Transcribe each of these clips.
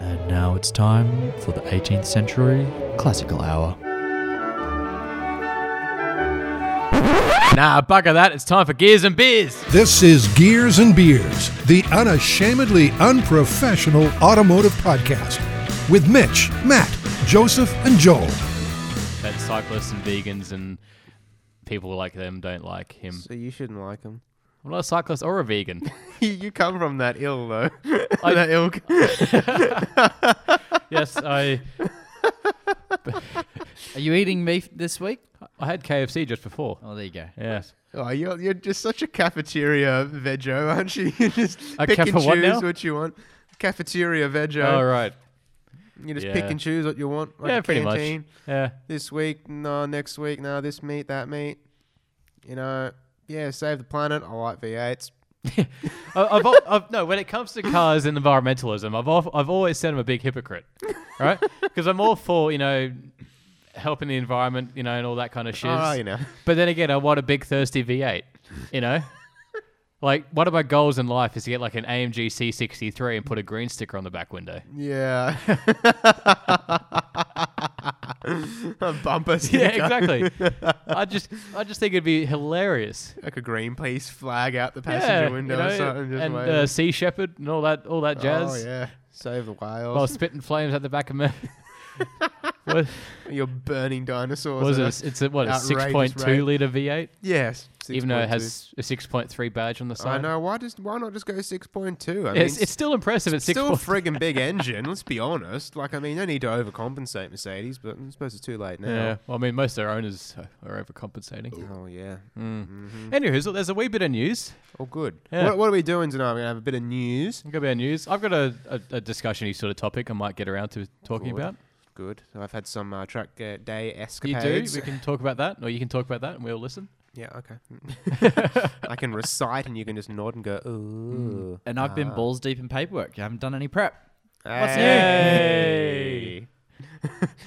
it's time for the 18th century classical hour. Nah, bugger that. It's time for Gears and Beers. This is Gears and Beers, the unashamedly unprofessional automotive podcast with Mitch, Matt, Joseph, and Joel. That cyclists and vegans and people like them don't like him. So you shouldn't like them. I'm not a cyclist or a vegan. you come from that ill though. I- that ill. yes, I Are you eating meat this week? I had KFC just before. Oh, there you go. Yes. Oh, you're you're just such a cafeteria veggie, aren't you? You just A pick and cafe choose what now? what you want. Cafeteria veggie. All right. You just Yeah. pick and choose what you want. Like yeah, a pretty canteen. much. Yeah. This week, no. Next week, no. This meat, that meat. You know, yeah. Save the planet. I like V8s. I- I've, al- I've, no, when it comes to cars and environmentalism, I've al- I've always said I'm a big hypocrite, right? Because I'm all for you know helping the environment, you know, and all that kind of shit. Oh, you know. But then again, I want a big thirsty V8, you know. like one of my goals in life is to get like an AMG C63 and put a green sticker on the back window. Yeah. a bumper sticker. Yeah, exactly. I just I just think it'd be hilarious. Like a Greenpeace flag out the passenger window you or know, something. Just and waving. uh, Sea Shepherd and all that all that jazz. Oh yeah, save the whales. While spitting flames at the back of me. what You're burning dinosaurs. was at it? us. It's a what a outrageous six point rate. two liter V eight, Yes, even though it 6.2. has a six point three badge on the I side. know. Why just? Why not just go six point two? I mean, It's, it's still impressive at six. still a point- friggin' big engine. Let's be honest. Like, I mean, no need to overcompensate Mercedes, but I suppose it's too late now. yeah, well, I mean, most of their owners are overcompensating. Oh yeah. Mm. Anywho, so there's a wee bit of news. Oh good. Yeah. What, what are we doing tonight? We're gonna have a bit of news. I've got a bit of news. I've got a, a, a discussion-y sort of topic I might get around to talking Good. about. Good. I've had some uh, track uh, day You do. escapades. We can talk about that, or you can talk about that, and we'll listen. Yeah. Okay. I can recite, and you can just nod and go. Mm. Ooh. And I've been Ah. balls deep in paperwork. I haven't done any prep. What's new? Hey.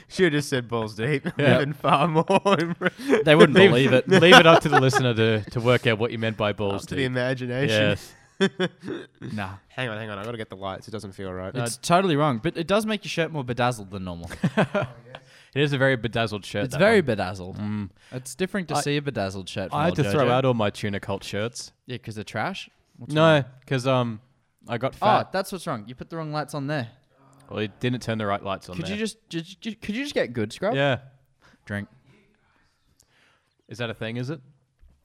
Should have just said balls deep. Yeah. Even far more impre- They wouldn't believe it. Leave it up to the listener to, to work out what you meant by balls. up to the deep. imagination. Yes. Nah, Hang on, hang on. I gotta get the lights. It doesn't feel right. No. it's totally wrong. But it does make your shirt more bedazzled than normal. It is a very bedazzled shirt. It's that very one. bedazzled. It's different to Mm. I- see a bedazzled shirt. From I had to old throw Jojo. out all my tuna cult shirts. Yeah, because they're trash. What's No, because um, I got Oh, fat. that's what's wrong. You put the wrong lights on there. well, it didn't turn the right lights on. Could there. you just, just, just could you just get good scrub? Yeah. Drink. Is that a thing? Is it?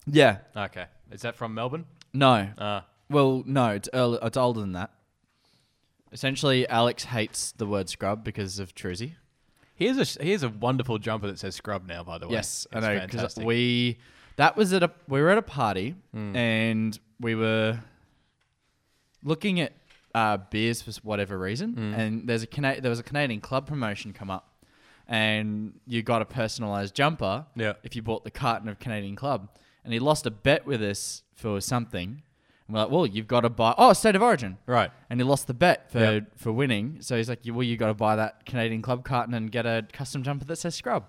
Yeah. Okay. Is that from Melbourne? No. Uh, Well, no, it's early, it's older than that. Essentially, Alex hates the word scrub because of Truzy. here's a sh- here's a wonderful jumper that says scrub now. By the way. Yes, It's I know because fantastic. Hmm. we that was at a we were at a party and we were looking at uh, beers for whatever reason, Hmm. and there's a Cana- there was a Canadian club promotion come up, and you got a personalized jumper Yeah. if you bought the carton of Canadian Club, and he lost a bet with us for something. And we're like, well, you've got to buy oh State of Origin, right. and he lost the bet for Yep. for winning. So he's like, "You- "Well, you got to buy that Canadian club carton and get a custom jumper that says scrub."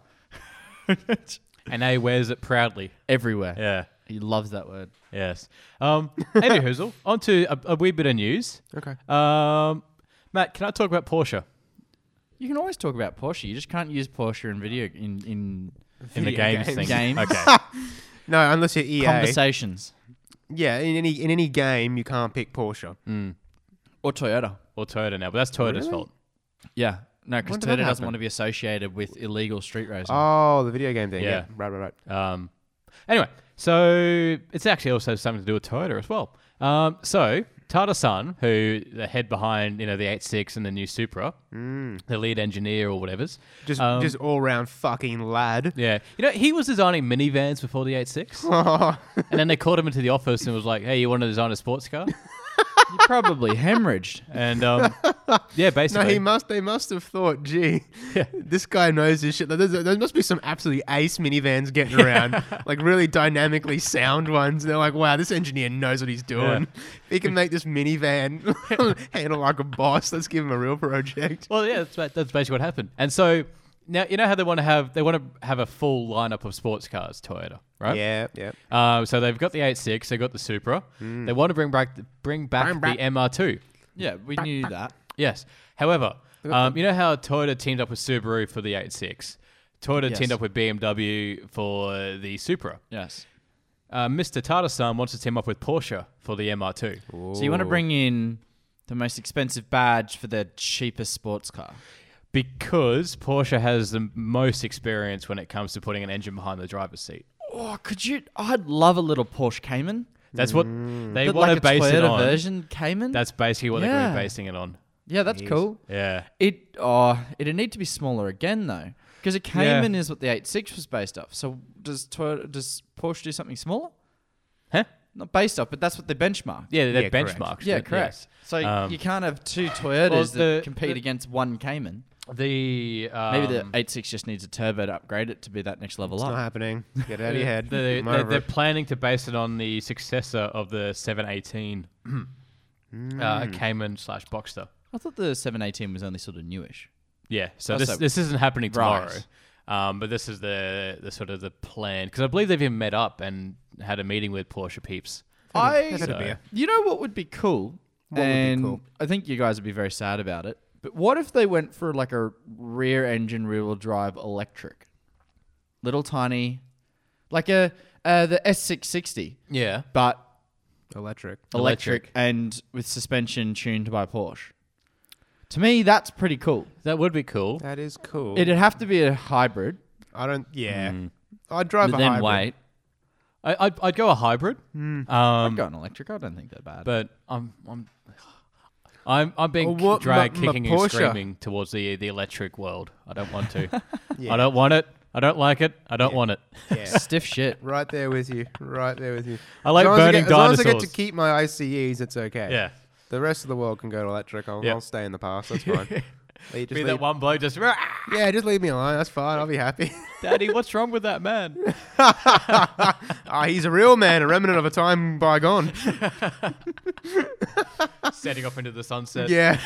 And A wears it proudly. Everywhere, Yeah. he loves that word. Yes. Um. Anywho, on to a, a wee bit of news. okay. Um. Matt, can I talk about Porsche You can always talk about Porsche. You just can't use Porsche in video in in in the Video games, games. thing? Games. Okay. No, unless you're EA. conversations yeah, in any in any game you can't pick Porsche. Mm. or Toyota. or Toyota now, but that's Toyota's Really? fault. Yeah, no, because When did that Toyota doesn't happen? want to be associated with illegal street racing. Oh, the video game thing. Yeah. Yeah. Right, right, right. Um, anyway, so it's actually also something to do with Toyota as well. Um, so Tata San, who the head behind you know the 86 and the new Supra, Mm. the lead engineer or whatever's, Just Um, just all round fucking lad. yeah, you know he was designing minivans before the 86, and then they called him into the office and was like, "Hey, you want to design a sports car?" you probably hemorrhaged. And um, yeah, No, basically, he must. They must have thought, gee, Yeah. this guy knows his shit. There- There there must be some absolutely ace minivans getting around, like really dynamically sound ones. They're like, wow, this engineer knows what he's doing. He can make this minivan handle like a boss. Let's give him a real project. Well, yeah, that's, ba- that's basically what happened. And so now you know how they want to have they want to have a full lineup of sports cars, Toyota, right? Yeah, yeah. Uh, so they've got the 86, they've got the Supra. They want to bring back bring back Bring Hmm. back- the MR2. Yeah, we knew that. Yes. However, um, you know how Toyota teamed up with Subaru for the 86? Toyota Yes. teamed up with BMW for the Supra. Yes. Uh, Mr. Tatasan wants to team up with Porsche for the MR2. So you want to bring in the most expensive badge for the cheapest sports car. because Porsche has the most experience when it comes to putting an engine behind the driver's seat. Oh, could you? I'd love a little Porsche Cayman, That's what they but want like to a base it Toyota on. version Cayman. That's basically what they're going to Yeah. be basing it on. yeah, that's cool. Yeah. It oh, it'd need to be smaller again though, because a Cayman is what the 86 was based off. So does Toyota, does Porsche do something smaller? Huh? Not based off, but that's what they benchmark. Yeah, they're Yeah, correct. benchmarked. yeah, but correct. yes. So Um, you can't have two Toyotas well, the- that compete the- against one Cayman. The um, Maybe the 86 just needs a turbo to upgrade it to be that next level Not up. happening. Get it out of your head. They, I'm they, over they're it. planning to base it on the successor of the 718 uh, Mm. Cayman slash Boxster. I thought the 718 was only sort of newish. Yeah. So That's this a- this isn't happening tomorrow. Right. Um, but this is the, the sort of the plan because I believe they've even met up and had a meeting with Porsche peeps. I, Had a beer. you know what would be cool, would be and cool? I think you guys would be very sad about it. But what if they went for like a rear engine, rear wheel drive electric, little tiny, like a uh, the S six sixty, Yeah. but Electric. Electric. electric and with suspension tuned by Porsche. To me, that's pretty cool. That would be cool. That is cool. It'd have to be a hybrid. I don't. Yeah. Hmm. I'd drive a hybrid. I, I'd, I'd go a hybrid, I'd go an electric. I don't think they're bad. but I'm I'm I'm, I'm being Oh, what- drag my- my kicking and Porsche. screaming towards the the electric world. I don't want to. I don't want it. I don't like it. I don't want it. Yeah. stiff shit. Right there with you. Right there with you. I like As long as burning get, As long as I get to dinosaurs. keep my ICEs, it's okay. Yeah. The rest of the world can go to electric. I'll, Yeah. I'll stay in the past. That's fine. Leave- just Be leave- that one blow just yeah, just leave me alone. That's fine. I'll be happy. Daddy, what's wrong with that man? Ah, he's a real man, a remnant of a time bygone. Setting off into the sunset. Yeah.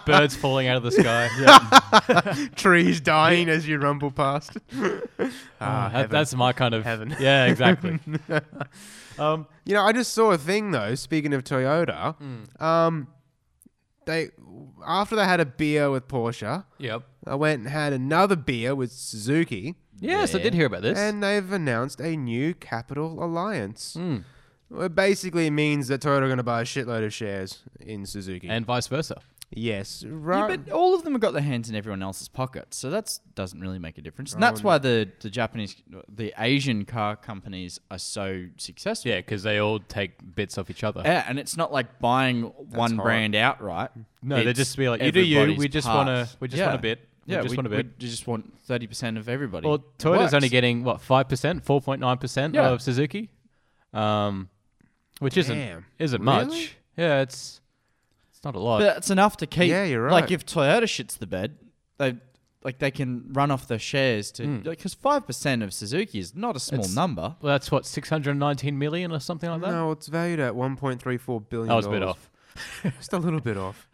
Birds falling out of the sky. Trees dying as you rumble past. ah, Oh, That- heaven. that's my kind of Heaven. Yeah, exactly. um, You know, I just saw a thing though. Speaking of Toyota, Hmm. um, they after they had a beer with Porsche, yep. I went and had another beer with Suzuki, Yes, I did hear about this. and they've announced a new capital alliance. Hmm. It basically means that Toyota are going to buy a shitload of shares in Suzuki. and vice versa. yes, Yeah, Uh, right. but all of them have got their hands in everyone else's pockets, so that doesn't really make a difference. And that's why the, the Japanese, the Asian car companies are so successful. Yeah, because they all take bits off each other. Yeah, and it's not like buying one hard. brand outright. No, they It's just be like, you do you. We everybody's just part. want to. We just want a bit. We Yeah, just we- want a bit. We just want thirty percent of everybody. well, Toyota's only getting what five percent, four point nine percent Yeah. of Suzuki, um, which isn't Damn. isn't Really? much. Yeah, it's it's not a lot. but it's enough to keep. Yeah, you're Like right. if Toyota shits the bed, they like they can run off their shares to because five percent of Suzuki is not a small Hmm. It's- number. well, that's what six hundred nineteen million or something like that. no, it's valued at one point three four billion. I was a bit off. just a little bit off.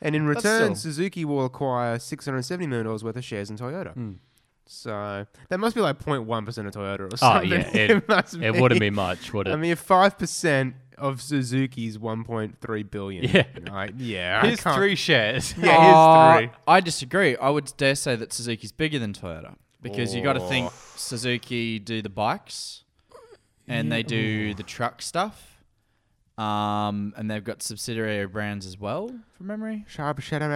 And in That's return, still- Suzuki will acquire six hundred seventy million dollars worth of shares in Toyota. Hmm. So that must be like 0.1 percent of Toyota or Oh something. yeah, it, it, must wouldn't be much, would it? I mean, five percent of Suzuki's one point three billion. Yeah. I, yeah. Here's I can't- three shares. Yeah, here's Uh, three. I disagree. I would dare say that Suzuki's bigger than Toyota because you got to think Suzuki do the bikes and they do the truck stuff. Um, and they've got subsidiary brands as well, from memory. Sharp shadow.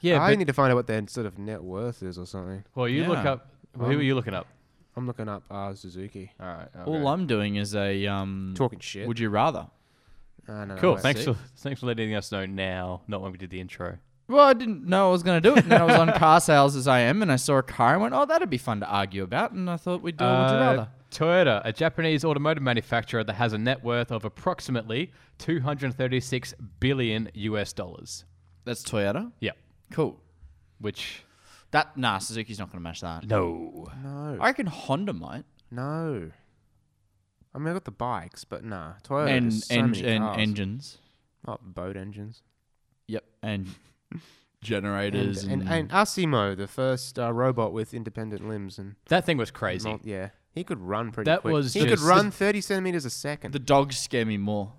Yeah, I but- need to find out what their sort of net worth is or something. Well, you look Yeah. up. who are you looking up? I'm looking up uh, Suzuki. All right. Okay. All I'm doing is a um, Talking shit. Would you rather? Ah, no, no, Cool. wait. Thanks see. for thanks for letting us know now, not when we did the intro. Well, I didn't know I was going to do it. And then I was on car sales as I am, and I saw a car and went, "Oh, that'd be fun to argue about." And I thought we'd do a would you Uh, rather. Toyota, a Japanese automotive manufacturer that has a net worth of approximately 236 billion US dollars. That's Toyota. Yeah, Cool. which That nah, Suzuki's not going to match that. no, No. I reckon Honda might. No. I mean, I got the bikes, but nah. Toyota and has so en- many and cars. engines. Oh, boat engines. Yep, and And, generators and, and Asimo, the first uh, robot with independent limbs, and that thing was crazy. not, yeah, he could run pretty. That quick. was he could just- run thirty centimeters a second. the dogs scare me more.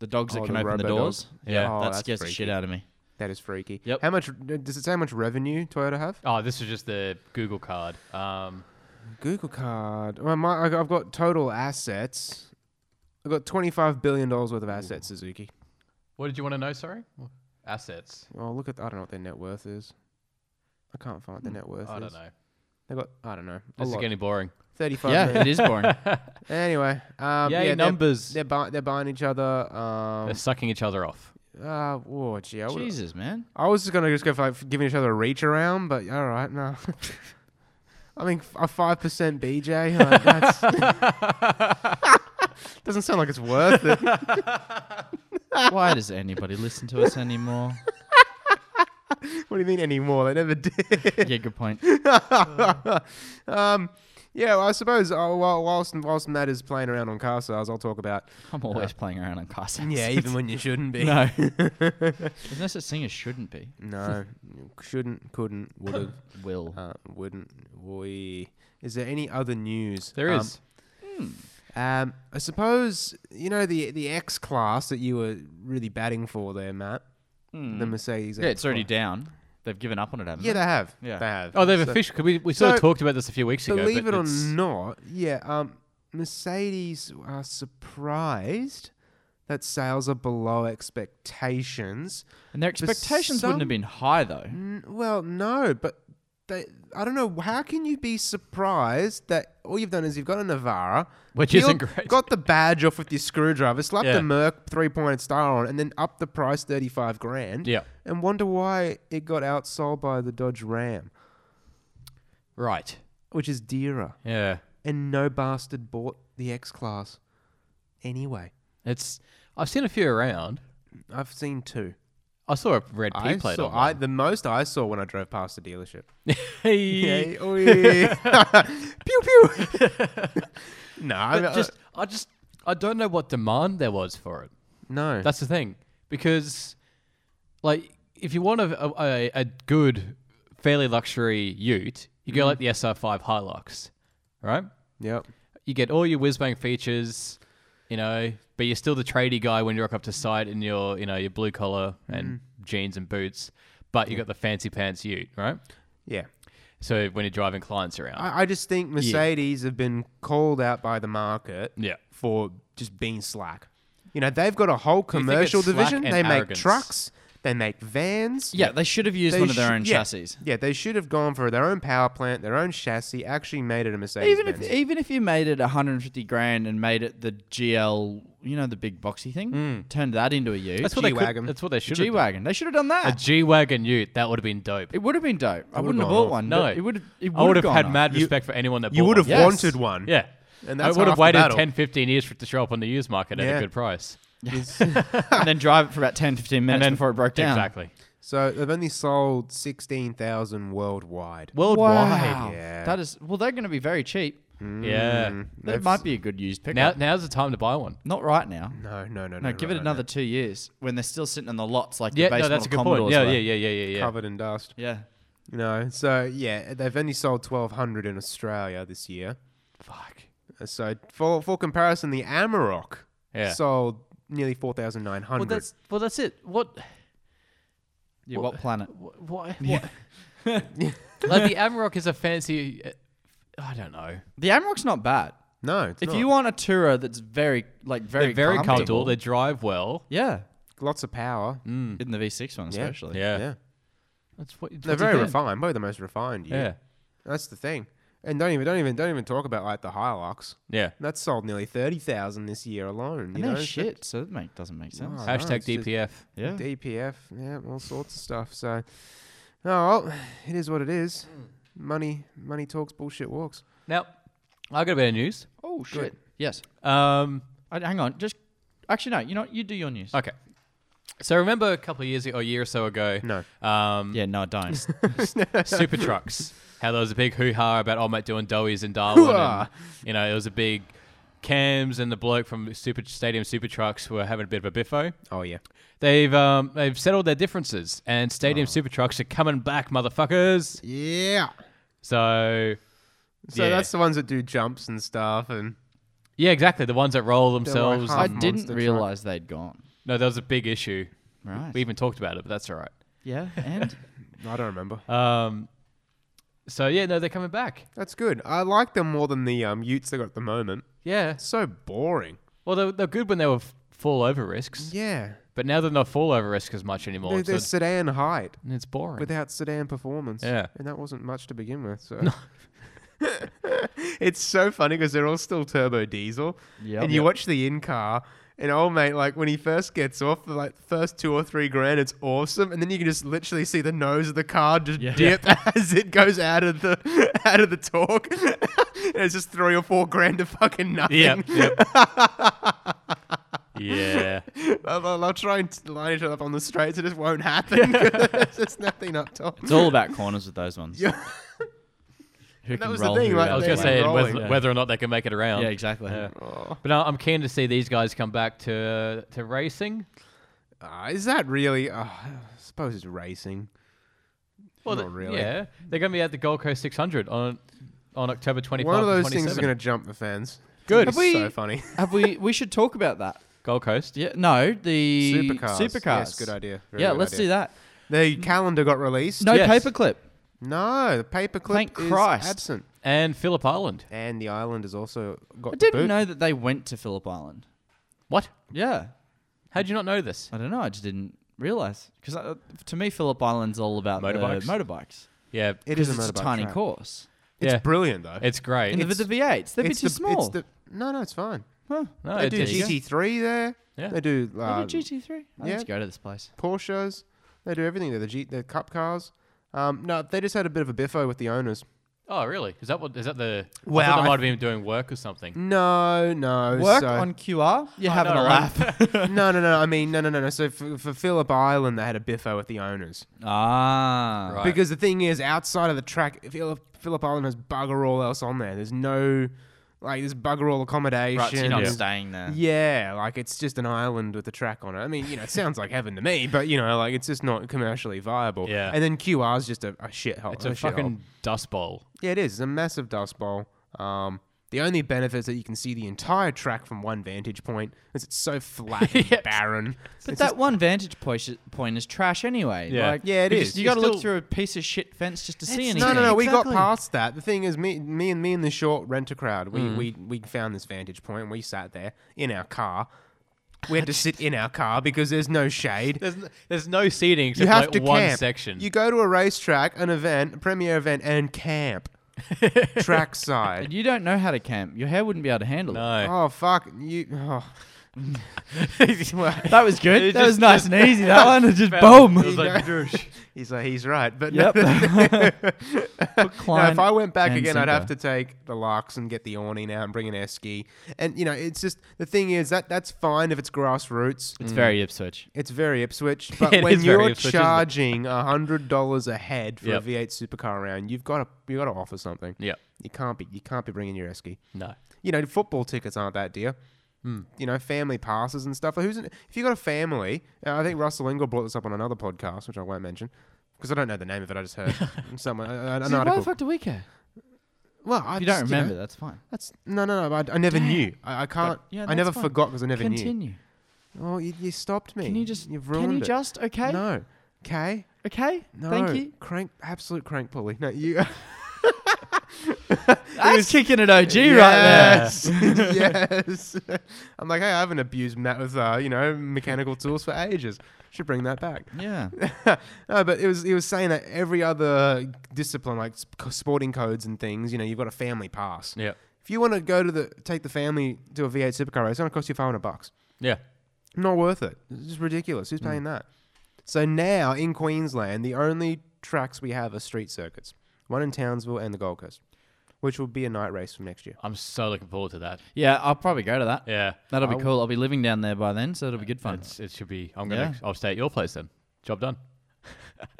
The dogs Oh, that can the open the robo doors. dogs. Oh, Yeah. that that's scares the shit freaky. out of me. That is freaky. Yep. How much does it say? How much revenue Toyota have? Oh, this is just the Google card. Um, Google Card. Well, my, I- I've got total assets. I've got twenty-five billion dollars worth of assets, Suzuki. what did you want to know? Sorry, assets. Oh, look at I don't know what their net worth is. I can't find what their net worth. Hmm. I is. don't know. They got I don't know. A This is lot. getting boring. Thirty-five. Yeah, million. it is boring. Anyway, um, Yay, yeah, numbers. They're, they're, buy, they're buying each other. Um, They're sucking each other off. uh, oh, gee, I, would, Jesus, man. I was just gonna just go for like, giving each other a reach around, but all right, no. I mean, f- a five percent BJ. Like, that's doesn't sound like it's worth it. Why does anybody listen to us anymore? What do you mean anymore? They never did. Yeah, good point. Uh. um, yeah, well, I suppose uh, whil- whilst whilst Matt is playing around on car sales, I'll talk about I'm always playing around on cars. when you shouldn't be. no. There's no such thing as shouldn't be. no, shouldn't, couldn't, would have, Will. uh, wouldn't, we. Is there any other news? There Um, is. Um, I suppose you know the the X class that you were really batting for there, Matt. The Mercedes. Hmm. yeah, it's already X-Class. down. They've given up on it, haven't Yeah, they they? have. Yeah. they have. Oh, they've So- officially. We, we sort so, of talked about this a few weeks ago. Believe but it or it's- not, yeah, um, Mercedes are surprised that sales are below expectations. And their expectations wouldn't some- Mm. have been high, though. N- well, no, but they, I don't know. How can you be surprised that all you've done is you've got a Navara, Which peeled- isn't great. got the badge off with your screwdriver, slapped Yeah. the Merc three pointed star on, and then up the price thirty five grand. Yeah. and wonder why it got outsold by the Dodge Ram, Right. which is dearer. Yeah. and no bastard bought the X class. Anyway, It's. I've seen a few around. I've seen two. I saw a red P I plate saw, on I, one. the most I saw when I drove past the dealership. Hey. Yay, oi. pew pew. no, uh, I But just, I just, I don't know what demand there was for it. no. That's the thing, because, like, if you want a a, a- a good, fairly luxury Ute, you Mm-hmm. go like the SR5 Hilux, right? yep. You get all your whiz bang features, you know, but you're still the tradie guy when you rock up to site in your, you know, your blue collar and Mm-hmm. jeans and boots, but you got the fancy pants Ute, right? Yeah. So when you're driving clients around, I, I just think Mercedes have been called out by the market Yeah. for just being slack. You know, they've got a whole think it's commercial slack division. and They make arrogance? trucks. They make vans. Yeah, they should have used They one of their should- own yeah. chassis. Yeah, they should have gone for their own power plant, their own chassis, actually made it a Mercedes. Even if even if you made it 150 grand and made it the GL, you know, the big boxy thing, turned that into a U. Hmm. that's what they G-Wagon. could, That's what they should G have. done. wagon. They should have done A that. G wagon Ute that would have been dope. it would have been dope. I would've wouldn't have gone bought off. one. No, but it would. have- It I would have gone had off. mad respect for anyone that you bought would have one. Yes. wanted one. Yeah. And I that's would half have the waited battle. 10, 15 years for it to show up on the used market at Yeah. a good price. and then drive it for about 10, 15 minutes before it broke down. Exactly. So they've only sold sixteen thousand worldwide. Worldwide. Wow. Yeah. That is well. They're going to be very cheap. Mm. Yeah. That might be a good used Now, pickup. now's the time to buy one. Not right now. No, no, no, No, no. give no, it no, another two years when they're still sitting in the lots like Yeah, the no, basement that's a of good point. Commodores Yeah, were. yeah, yeah, yeah, yeah, no. yeah. covered in dust. yeah. You know, so yeah, they've only sold twelve hundred in Australia this year. Uh, Fuck. So for for comparison, the Amarok Yeah. sold nearly four thousand nine well, hundred. that's well, that's it. What? Yeah, what planet? What? what? like the Amarok is a fancy. uh, I don't know. The Amarok's not bad. no, it's If not. you want a Tourer that's very, like, very, They're very comfortable. They drive well. yeah, lots of power, in the V6 one Hmm. Yeah. especially. Yeah. yeah, That's what. they're very refined. Probably the most refined. Yeah. Yeah. that's the thing. And don't even don't even don't even talk about like the Hilux. Yeah. That's sold nearly thirty thousand this year alone. You And they're know, so- shit, so it make, doesn't make sense. Wow. Hashtag it's just- DPF. Yeah, DPF, E yeah, all sorts of stuff. So, oh well, it is what it is. Money, money talks, bullshit walks. Now, I got a bit of news. Oh shit. Yes. Um, I, hang on. Just actually, no. You know, what? you do your news. Okay. So remember a couple of years ago, a year or so ago, No, um, Yeah. No, don't. super trucks. How there was a big hoo ha about old mate doing doughies in Darwin. and, you know, it was a big cams and the bloke from Super Stadium Super Trucks were having a bit of a biffo. oh yeah, They've um, they've settled their differences, and Stadium Super Trucks are coming back, motherfuckers. yeah. So So Yeah. that's the ones that do jumps and stuff, and yeah, exactly. The ones that roll like themselves. half I and- Monster didn't truck. realize they'd gone. no, that was a big issue. Right. We even talked about it, but that's all right. Yeah, and I don't remember. Um, so yeah, no, they're coming back. That's good. I like them more than the um, Utes they got at the moment. Yeah. So boring. Well, they're, they're good when they were f- fall over risks, Yeah. but now they're not fall over risk as much anymore. They're, so they're it's, sedan height it's boring. without sedan performance. Yeah. And that wasn't much to begin with. So. it's so funny because they're all still turbo diesel. Yep. And you Yep. watch the in car. And old mate, like when he first gets off, the like first two or three grand, it's awesome, and then you can just literally see the nose of the car just Yeah. dip as it goes out of the out of the torque. and it's just three or four grand to fucking nothing. Yep. yep. yeah. I'll, I'll I'll try and line it up on the straights. It just won't happen. 'cause There's just nothing up top. it's all about corners with those ones. Yeah. Who That can was the roll thing, who like, I was out gonna the They're say way. and rolling. whether, whether or not they can make it around. Yeah, exactly. Yeah. Oh. But no, I'm keen to see these guys come back to to racing. Ah, is that really? ah, I suppose it's racing. Well, Not th- really. Yeah, they're going to be at the Gold Coast 600 on on October 25th. One of those and things is 27th. going to jump the fence. Good. It's Have we- so funny. Have we? We should talk about that. Gold Coast. Yeah. No, the Supercars. Supercars. Yes, good idea. Very yeah, good let's idea. do that. The calendar got released. No Yes. paperclip. No, the paperclip Thank is Christ. absent, And Phillip Island. and the island has also got. I the didn't boot. know that they went to Phillip Island. What? Yeah. How would you not know this? I don't know. I just didn't realize because uh, to me Phillip Island's all about the Motorbikes? motorbikes. Yeah, It is a it's a motorbike tiny track. course. It's Yeah. brilliant though. it's And great. the, the V8s, they're a bit It's too the- small. It's the, no, no, it's fine. huh. no, They it- do Oh, there you go. GT3 there. Yeah. They do uh, Maybe GT3. I yeah. need to go to this place. Porsches. They do everything. They're the, G- the cup cars. Um, no, they just had a bit of a biffo with the owners. Oh, really? Is that what? Is that the? Wow, I thought I- they might have been doing work or something. No, no. Work so- on QR. You're I having know, a right? laugh. no, no, no. I mean, no, no, no, no. So for, for Phillip Island, they had a biffo with the owners. ah. Right. Because the thing is, outside of the track, Phillip, Phillip Island has bugger all else on there. There's no, like, there's bugger all accommodation. Right. So you're not There's- staying there. Yeah, like it's just an island with a track on it. I mean, you know, it sounds like heaven to me, but you know, like it's just not commercially viable. Yeah. And then QR's just a, a shithole. It's a fucking dust bowl. Yeah, it is. It's a massive dust bowl. Um, the only benefit is that you can see the entire track from one vantage point. Is it's so flat and barren. But It's that just- one vantage point is, point is trash anyway. Yeah. Like, Yeah, it you is. just- You You're got to look still- through a piece of shit fence just to see anything. no, no, no. We got Exactly. past that. The thing is, me, me, and me and the short renter crowd, Mm. we, we we found this vantage point. And we sat there in our car. We had to sit in our car because there's no shade. There's n- there's no seating except you have like to one camp. section. You go to a racetrack, an event, a premier event, and camp. Trackside. And you don't know how to camp. Your hair wouldn't be able to handle it. no. oh fuck you! Oh. Well, That was good. It that just- was nice and easy. That one. It just fell. boom. It was like, "Droosh." he's like he's right, but no- Yep. no, if I went back again, I'd have to take the locks and get the awning out and bring an air ski. And you know, it's just the thing is that that's fine if it's grassroots. It's very Ipswich. It's very Ipswich, but It when is very you're Ipswich, isn't it? charging a hundred dollars a head for Yep. a V8 supercar round, you've got to you got to offer something. yeah. You can't be you can't be bringing your esky. No. You know, football tickets aren't that dear. Hmm. You know, family passes and stuff. Who's in, if you got a family? Uh, I think Russell Ingall brought this up on another podcast, which I won't mention because I don't know the name of it. I just heard someone uh, an So why the article. fuck do we care? well, I If you just, don't know, remember, that's fine. that's no, no, no. I, I never knew. I, I can't. yeah, I never that's fine. forgot because I never knew. Continue. Well, you, you stopped me. Can you just? You've ruined can you it. just? Okay. No. Okay. Okay. No. Thank you. Crank. Absolute crank pulley. No, you. I was kicking at OG right there. yes. I'm like, hey, I haven't abused Matt with uh, you know mechanical tools for ages. Should bring that back. Yeah. no, but it was he was saying that every other discipline, like sp- sporting codes and things, you know, you've got a family pass. Yeah. If you want to go to the take the family to a V8 supercar race, it's going to cost you 500 bucks. Yeah. Not worth it. It's just ridiculous. Who's paying that? So now in Queensland, the only tracks we have are street circuits. One in Townsville and the Gold Coast, which will be a night race from next year. I'm so looking forward to that. Yeah. I'll probably go to that. Yeah. That'll be cool. I'll be living down there by then, so it'll be good fun. It's, it should be. I'm gonna. I'll stay at your place then. Job done.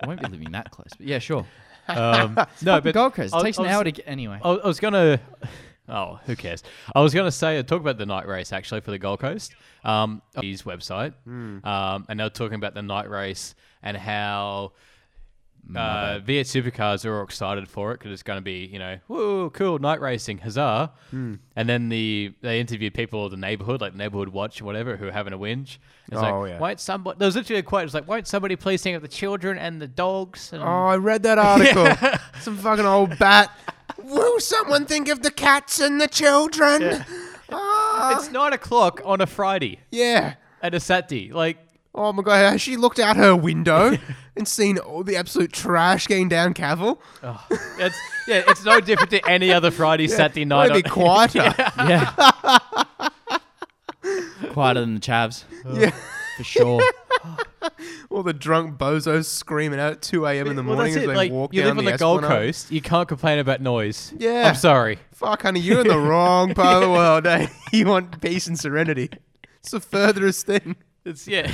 I won't be living that close, but yeah, sure. Um, no, but Gold Coast. I- It takes I an was- hour to get anyway. I I was gonna. Oh, who cares? I was gonna say talk about the night race actually for the Gold Coast. Um, Hmm. his website, um, and they were talking about the night race and how uh, V8 supercars are all excited for it because it's going to be, you know, whoa, cool, night racing, huzzah. Hmm. And then the they interviewed people of the neighborhood, like Neighborhood Watch or whatever, who are having a whinge. It's Oh, like, yeah. won't somebody, there was literally a quote, it's like, won't somebody please think of the children and the dogs? And Oh, I read that article. Some fucking old bat. Will someone think of the cats and the children? Yeah. It's nine o'clock on a Friday yeah. and a Saturday. Like, Oh my god, has she looked out her window and seen all the absolute trash getting down Cavill? It's yeah, it's no different to any other Friday, Saturday night. Might be on- quieter. Yeah. Quieter than the chavs. Yeah. For sure. All the drunk bozos screaming out at 2 a.m. in the Well, morning that's as it. they Like, walk you down live on the, Gold Esplanade. Coast, you can't complain about noise. Yeah. I'm sorry. Fuck, honey, you're in the wrong part of the world. eh? You want peace and serenity. It's the furthest thing. It's yeah.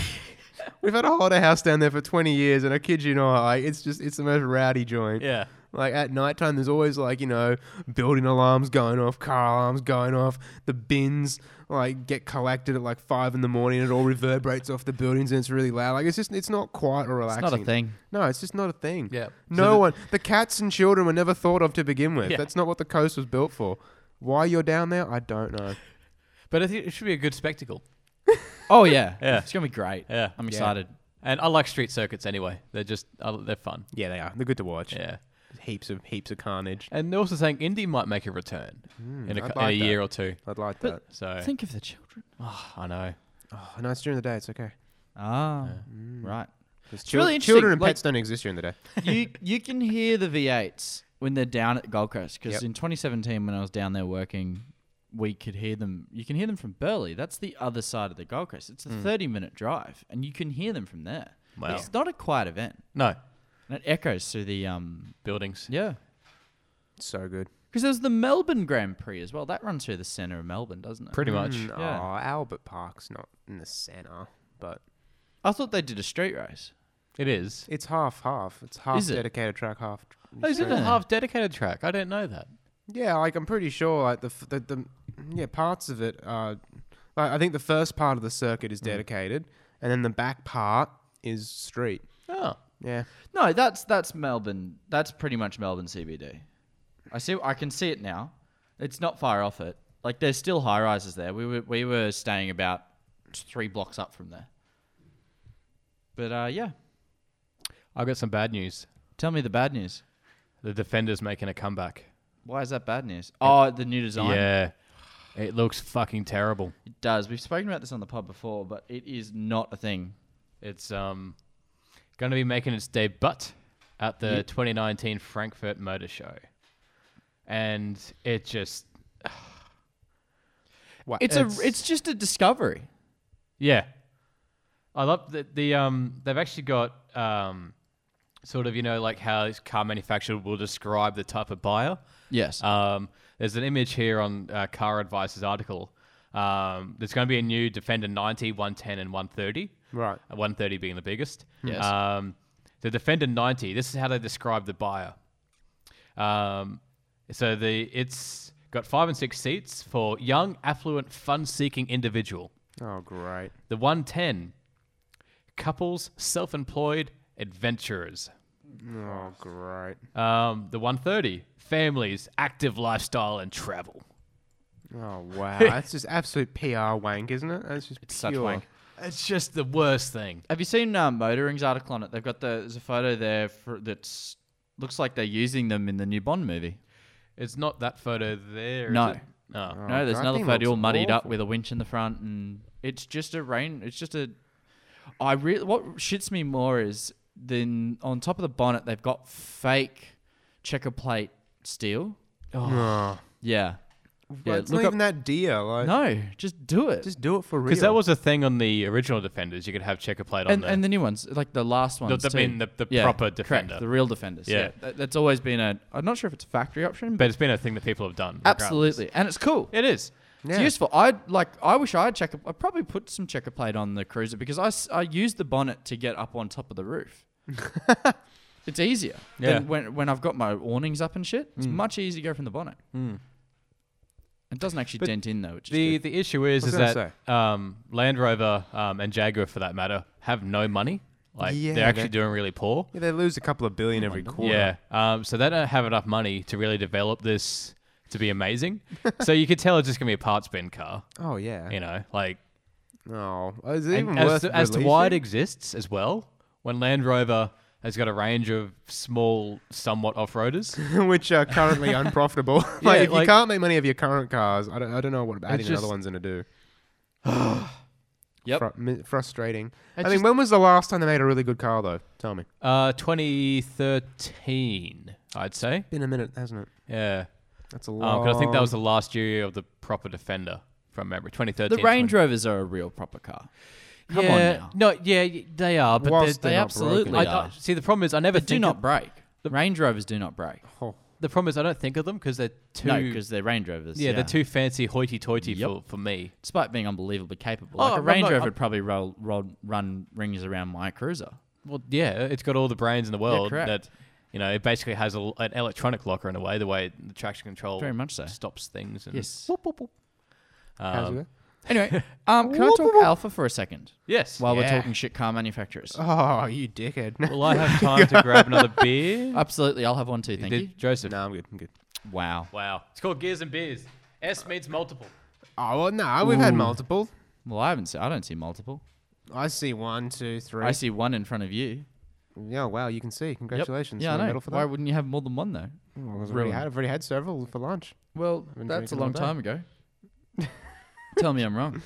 We've had a holiday house down there for 20 years, and I kid you not, like, it's just, it's the most rowdy joint. Yeah. Like at nighttime, there's always like, you know, building alarms going off, car alarms going off, the bins like get collected at like five in the morning, and it all reverberates off the buildings, and it's really loud. Like it's just, it's not quiet or It's relaxing. not a thing. No, it's just not a thing. Yeah. No one, the cats and children were never thought of to begin with. Yeah. That's not what the coast was built for. Why you're down there, I don't know. But I think it should be a good spectacle. Oh, yeah. Yeah. It's going to be great. Yeah. I'm Yeah. excited. And I like street circuits anyway. They're just uh, they're fun. Yeah, they are. They're good to watch. Yeah. Heaps of heaps of carnage. And they're also saying Indy might make a return in a, cou- in I'd a like that. year or two. I'd like that. But- So Think of the children. I know. Oh, no, it's during the day. It's okay. Ah, right. 'Cause It's really interesting, children and like- pets don't exist during the day. you you can hear the V8s when they're down at Gold Coast because Yep. in 2017 when I was down there working, we could hear them. You can hear them from Burley. That's the other side of the Gold Coast. It's a 30 minute drive, and you can hear them from there. Mm. Wow. It's not a quiet event, No and it echoes through the um buildings. yeah. It's so good. Because there's the Melbourne Grand Prix as well. That runs through the centre of Melbourne, doesn't it? Pretty much. Mm, Yeah. aw, Albert Park's not in the center, but I thought they did a street race. It is. it's half half. It's half Is it? dedicated track, half. Oh, is it a Yeah. half dedicated track? I don't know that. Yeah, like I'm pretty sure like the f- the, the yeah parts of it are. Like, I think the first part of the circuit Mm. is dedicated, and then the back part is street. Oh. Yeah, No, that's that's Melbourne. That's pretty much Melbourne CBD. I see. I can see it now. It's not far off it. Like there's still high rises there. We were we were staying about three blocks up from there. But uh, yeah, I've got some bad news. tell me the bad news. The defenders making a comeback. Why is that bad news? Oh, the new design. Yeah. It looks fucking terrible. It does. We've spoken about this on the pod before, but it is not a thing. It's um going to be making its debut at the 2019 Frankfurt Motor Show. And it just It's, a. It's just a discovery. yeah. I love that the um they've actually got um sort of you know like how this car manufacturer will describe the type of buyer. Yes. Um, there's an image here on uh, Car Advice's article. Um, there's going to be a new Defender 90, 110, and 130. Right. Uh, 130 being the biggest. Yes. Um, the Defender 90. This is how they describe the buyer. Um, so the it's got five and six seats for young, affluent, fun-seeking individual. oh great. The 110, couples, self-employed adventurers. Oh great. Uh, Um, the 130, families, active lifestyle, and travel. Oh wow. That's just absolute PR wank, isn't it? That's just It's pure. such wank. It's just the worst thing. Have you seen uh, Motoring's article on it? They've got the there's a photo there for, that's looks like they're using them in the new Bond movie. It's not that photo there. is No. it? No. no, there's that another thing photo looks all muddied up awful. with a winch in the front, and it's just a rain. It's just a. I really what shits me more is then on top of the bonnet they've got fake checker plate steel. Oh. Yeah, Like, yeah. it's not even that dear. Like, no, just do it. just do it for real. Because that was a thing on the original Defenders. You could have checker plate on and, there. and the new ones, like the last ones. the- too. mean the- the proper Defender. correct, the real defenders. Yeah, Yeah. That- that's always been a. I'm not sure if it's a factory option, but it's been a thing that people have done. regardless. Absolutely, and it's cool. It is. It's useful. I like. I wish I had checker. I probably put some checker plate on the cruiser because I, s- I used the bonnet to get up on top of the roof. it's easier. Yeah. Than when when I've got my awnings up and shit, it's much easier to go from the bonnet. It doesn't actually dent in though. Which is The good. the issue is is was gonna that um, Land Rover um, and Jaguar, for that matter, have no money. Like Yeah, they're actually they're- doing really poor. Yeah, they lose a couple of billion every quarter. Yeah. Um, so they don't have enough money to really develop this to be amazing. so you could tell it's just gonna be a parts bin car. Oh yeah. You know, like No. Oh, is it And even as, worth to, as to why it releasing? exists as well, when Land Rover has got a range of small, somewhat off-roaders, which are currently unprofitable. like, Yeah, if like- you can't make money of your current cars, I don't, I don't know what adding just- another one's going to do. Yep. Fru- mi- frustrating. I It's mean, just- when was the last time they made a really good car, though? Tell me. uh, 2013, I'd say. Been a minute, hasn't it? Yeah, That's a because long. Oh, I think that was the last year of the proper Defender from memory. 2013. The Range Rovers are a real proper car. Come on now. No, yeah, y- they are, but Whilst they're, they they're not absolutely I, I, are. see, the problem is I never They do think not Of, break. Range Rovers do not break. Oh, the problem is I don't think of them because they're too. No, because they're Range Rovers. yeah, Yeah, they're too fancy, hoity-toity Yep. for, for me. Despite being unbelievably capable, Oh, like a I'm Range not- Rover I'm- would probably roll, roll, run rings around my Cruiser. Well, yeah, it's got all the brains in the world. correct. that you know, it basically has a, an electronic locker in a way. The way the traction control Very much so. stops things. And, Yes. how's Um, it? Anyway, um, can I talk Alpha for a second yes. while we're Yeah. talking shit car manufacturers? oh, you dickhead. Will I have time to grab another beer? Absolutely, I'll have one too. Thank Did- you. Joseph. no, I'm good. I'm good. Wow. Wow. It's called Gears and Beers. S means multiple. Oh well, no, we've had multiple. Well, I haven't. Se- I don't see multiple. I see one, two, three. I see one in front of you. Yeah, wow, you can see. Yep. Congratulations. Yeah, You I want a know. medal for that? Why wouldn't you have more than one though? Well, I've already Ruined. had- I've already had several for lunch. Well, been that's a drinking long all time ago. Tell me I'm wrong.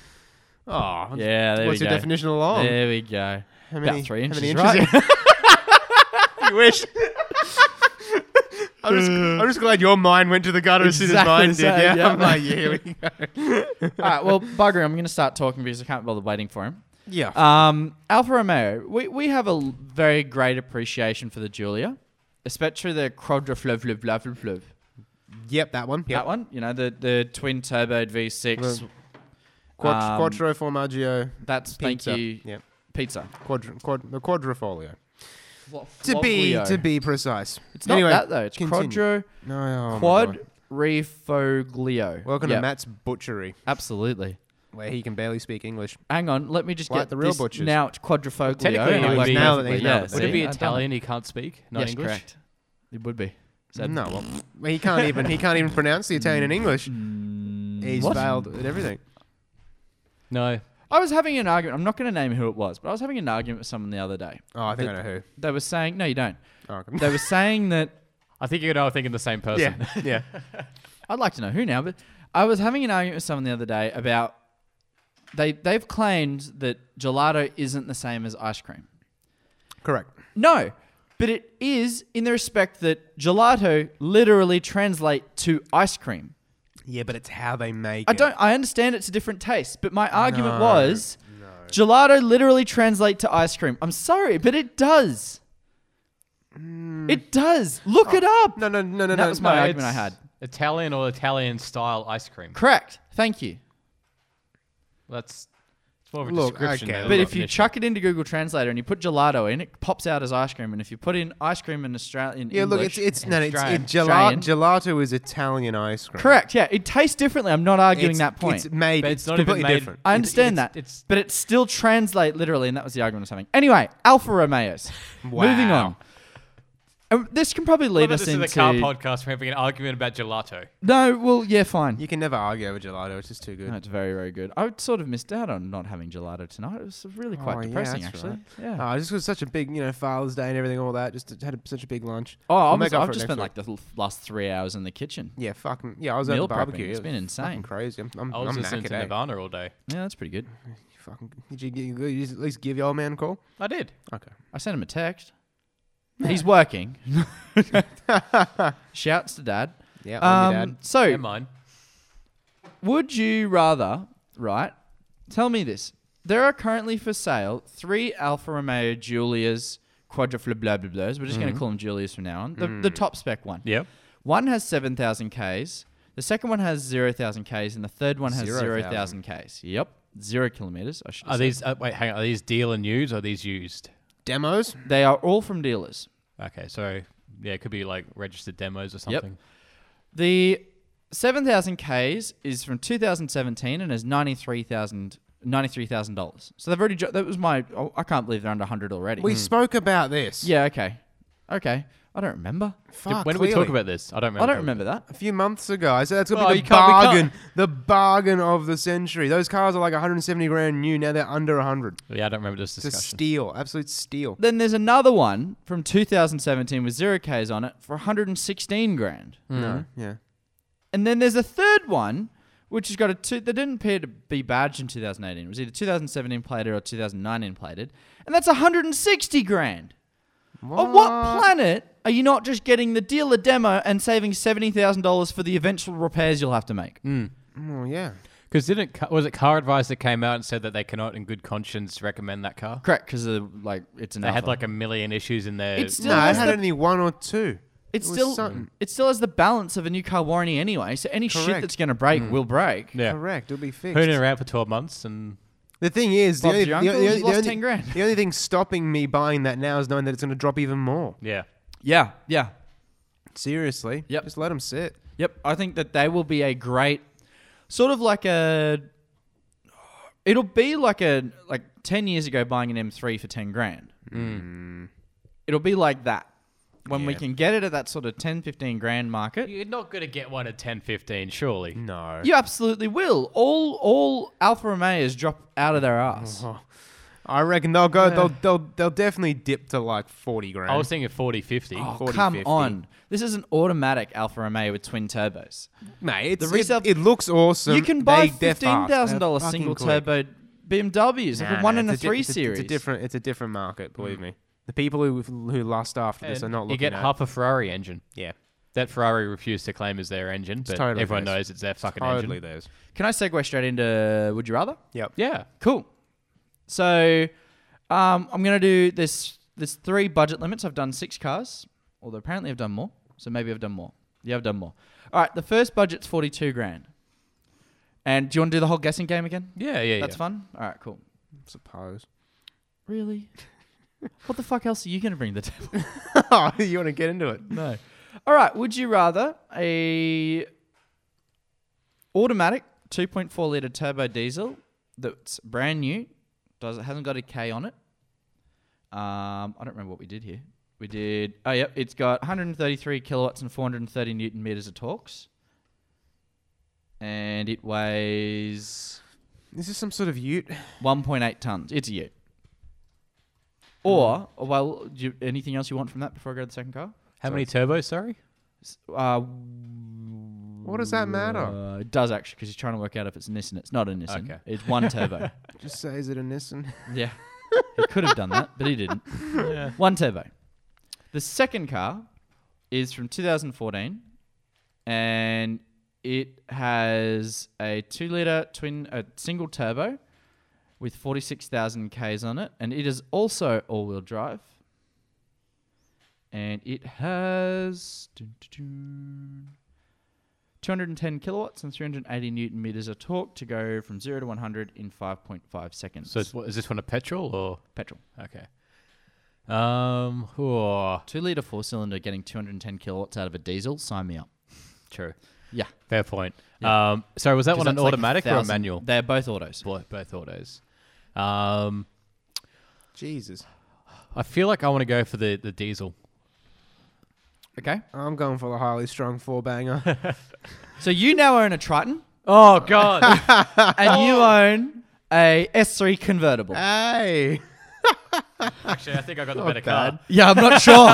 Oh, Yeah, there what's we your go. definition of long? There we go. How About many, three how inches, many right? you wish. I'm just, I'm just glad your mind went to the gutter as soon as Exactly mine the did. same, Yeah, uh, yeah. I'm like, yeah, here we go. All right, well, bugger, I'm going to start talking because I can't bother waiting for him. Yeah. Um, Alfa Romeo, we, we have a l- very great appreciation for the Julia, especially the quadriflev, flev, flev, flev, flev. yep, that one. Yep. That one, you know, the, the twin turbo V6. The- Quad- um, quattro formaggio. That's, Pizza. thank you, Yep. pizza. Quadra, quad, the quadrifoglio. To be Floglio. to be precise. It's not anyway, that, though. It's continue. quadro, No, oh my God. quadrifoglio. Welcome Yep, to Matt's butchery, Absolutely. where he can barely speak English. Hang on, let me just Like get the real this butchers. now it's quadrifoglio. technically it and would work be- perfectly. Now that they- yeah, now that they- Would see, it be I've done Italian? He can't speak, not yes, English. correct. It would be. Sad. No, well, he can't even he can't even pronounce the Italian and English. He's Mm, what? failed at everything. No. I was having an argument. I'm not going to name who it was, but I was having an argument with someone the other day. Oh, I think The- I know who. They were saying, no, you don't. Oh, okay. They were saying that I think you and I are thinking the same person. yeah. I'd like to know who now, but I was having an argument with someone the other day about they they've claimed that gelato isn't the same as ice cream. Correct. No, but it is in the respect that gelato literally translate to ice cream. Yeah, but it's how they make I it. don't. I understand it's a different taste, but my argument No, was gelato literally translate to ice cream. I'm sorry, but it does. It does. Look it up. Mm. Oh. No, no, no, no, That no. was my No, argument I it's had. Italian or Italian style ice cream. Correct. Thank you. That's it's more of a Look, description. okay, than a But if you definition. chuck it into Google Translator and you put gelato in, it pops out as ice cream. And if you put in ice cream in Australian Yeah, look, English, it's it's no, it's Australian. it, gelato. Australian. Gelato is Italian ice cream. correct. Yeah, it tastes differently. I'm not arguing It's- that point. It's made. But it's, it's not even completely made- different. I understand it's- that, it's- but it still translate literally, and that was the argument I was having. Anyway, Alfa Romeos. Moving on. Wow. Um, this can probably I lead thought us this into is a car podcast. We're having an argument about gelato. No, well, yeah, fine. You can never argue over gelato. It's just too good. That's very, very good. I sort of missed out on not having gelato tonight. It was really quite Oh, yeah, depressing, that's actually. right. Yeah. Oh, just was such a big, you know, Father's Day and everything, all that. Just had a, such a big lunch. oh, We'll I make was, up I've for it just next spent week. like the l- last three hours in the kitchen. Yeah, fucking. Yeah, I was at Meal the prepping. barbecue. It's It been was insane. Fucking crazy. I'm, I'm, I was I'm listening knackered. to eh? Nirvana all day. Yeah, that's pretty good. You fucking. Did you, you, you at least give your old man a call? I did. Okay. I sent him a text. He's working. Shouts to dad. Yeah. love you, Um, Dad. so, And mine. would you rather, right? Tell me this. There are currently for sale three Alfa Romeo Julias quadruple blah blah blahs. We're just going to call them Julias from now on. The, the top spec one. Mm-hmm. Mm. Yep. One has 7,000 Ks, the second one has 0,000 Ks, and the third one has 0,000. 0,000 Ks. Yep. Zero kilometers. I should Are say. these uh, wait? Hang on. Are these deal and used? Or are these used? Demos. They are all from dealers. Okay, so yeah, it could be like registered demos or something. The 7,000 Ks is from 2017 and has 93,000 ninety-three thousand dollars. So they've already. Jo- that was my. Oh, I can't believe they're under hundred already. We spoke about this. Mm. yeah. Okay. Okay. I don't remember. Fuck, when did we talk clearly. about this? Ah, I don't remember. I don't remember that. a few months ago. So that's gonna Well, be you the can't- we bargain, can't- the bargain of the century. Those cars are like 170 grand new. Now they're under 100. Yeah, I don't remember this It's a discussion. steal, absolute steal. Then there's another one from 2017 with zero Ks on it for 116 grand. No, yeah. And then there's a third one, which has got a two that didn't appear to be badged in 2018. It was either 2017 plated or 2019 plated, and that's 160 grand. On what planet are you not just getting the dealer demo and saving seventy thousand dollars for the eventual repairs you'll have to make? Hmm. Oh yeah. Because didn't Ca- was it Car Advice that came out and said that they cannot, in good conscience, recommend that car? Correct, because like it's an They had alpha. like a million issues in their. It's still No, it has had the- only one or two. It's It was still something. it still has the balance of a new car warranty anyway. So any shit Correct. Mm. that's gonna break will break. yeah, Correct. It'll be fixed. hooning around for twelve months and The thing is, the Bob's only, your the, uncle, the he's only- the lost only- 10 grand. the only thing stopping me buying that now is knowing that it's going to drop even more. yeah, Yeah, yeah, Seriously. Yep. Just let them sit. yep. I think that they will be a great sort of like a. It'll be like a like ten years ago buying an M3 for ten grand. It'll be like that when we can get it at that sort of 10, 15 grand market. you're not gonna get one at 10, 15, surely. No. You absolutely will. All all Alfa Romeos drop out of their ass. I reckon they'll go. They'll they'll they'll definitely dip to like 40 grand. I was thinking 40, 50. Oh, 40, come 50. on! This is an automatic Alfa Romeo with twin turbos. Mate, it's, The resale- it, it looks awesome. you can They- buy they're fast. fifteen thousand They're dollar fucking single quick. turbo BMWs, like Nah, a one nah, and a it's di- three it's series. It's Mm. a different. It's a different market. Believe me. The people who who lust after this are not looking you get at. half a Ferrari engine. yeah, That Ferrari refused to claim as their engine, but totally everyone theirs. knows it's their fucking hardly engine. those. Can I segue straight into Would you rather? Yep. Yeah, Cool. So, um, I'm gonna do this. There's three budget limits. I've done six cars, although apparently I've done more. So maybe I've done more. Yeah, I've done more. All right. The first budget's forty-two grand. And do you want to do the whole guessing game again? yeah, yeah. That's yeah. fun. All right. Cool. Suppose. Really? what the fuck else are you gonna bring to the table? oh, you want to get into it? No. All right. Would you rather a automatic 2.4 liter turbo diesel that's brand new, does it hasn't got a K on it? Um, I don't remember what we did here. We did. Oh, yep. It's got 133 kilowatts and 430 newton meters of torques, and it weighs This is some sort of Ute. 1.8 tons. It's a Ute. Or well, do you, anything else you want from that before I go to the second car? How many turbos? Sorry. Uh, What does that matter? Uh, it does actually, because he's trying to work out if it's a Nissan. It's not a Nissan. Okay. It's one turbo. Just say, is it a Nissan? yeah. He could have done that, but he didn't. One turbo. The second car is from 2014, and it has a two-liter twin, a single turbo, with 46,000 k's on it, and it is also all-wheel drive. And it has dun, dun, dun, 210 kilowatts and 380 newton meters of torque to go from zero to 100 in 5.5 seconds. So it's, what, is this one a petrol or petrol. okay? Um, oh, Two liter four cylinder getting 210 kilowatts out of a diesel. Sign me up. true. Yeah. Fair point. Um, sorry, was that one an automatic or a manual? They're both autos. Both, both autos. Um, Jesus. I feel like I want to go for the, the diesel. Okay. I'm going for the highly strung four banger. So you now own a Triton Oh God! and you own a S3 convertible. Uh, hey. Actually, I think I got the better bad. card. yeah, I'm not sure.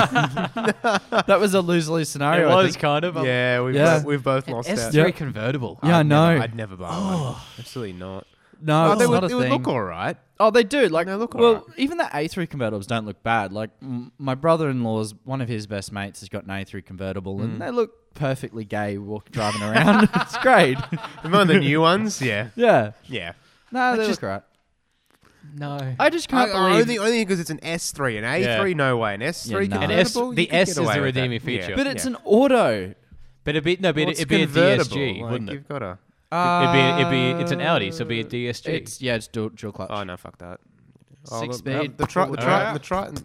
that was a lose lose It scenario. I was think. kind of. I'm- Yeah, we've Yeah. Both, we've both lost S3 out. Yeah. convertible. Yeah, I I'd know. never- No. I'd never buy one. Oh. Absolutely not. No, Oh, it's they not would, a it would thing. look all right. Oh, they do. Like, They look well, alright. even the A3 convertibles don't look bad. Like, m- my brother-in-law's one of his best mates has got an A3 convertible, Mm. and they look perfectly gay walk driving around. it's great. Among the new ones, yeah, yeah. yeah. No, they look right. No. I just I, can't I believe. only only because it's an S3, an A3, no way, an S3 Yeah, no. An S- convertible. the you could S get is away the with that. redeeming feature. but it's an auto. But it'd be no. But Well, it'd, it's it'd be a convertible, DSG, like, wouldn't it? You've got a. it'd be it'd be it's an Audi, so it'd be a DSG. Uh, It's yeah, it's dual, dual clutch. Oh no, fuck that. Oh, Six the, no, speed. The, tri- the, All tri- right. the Triton.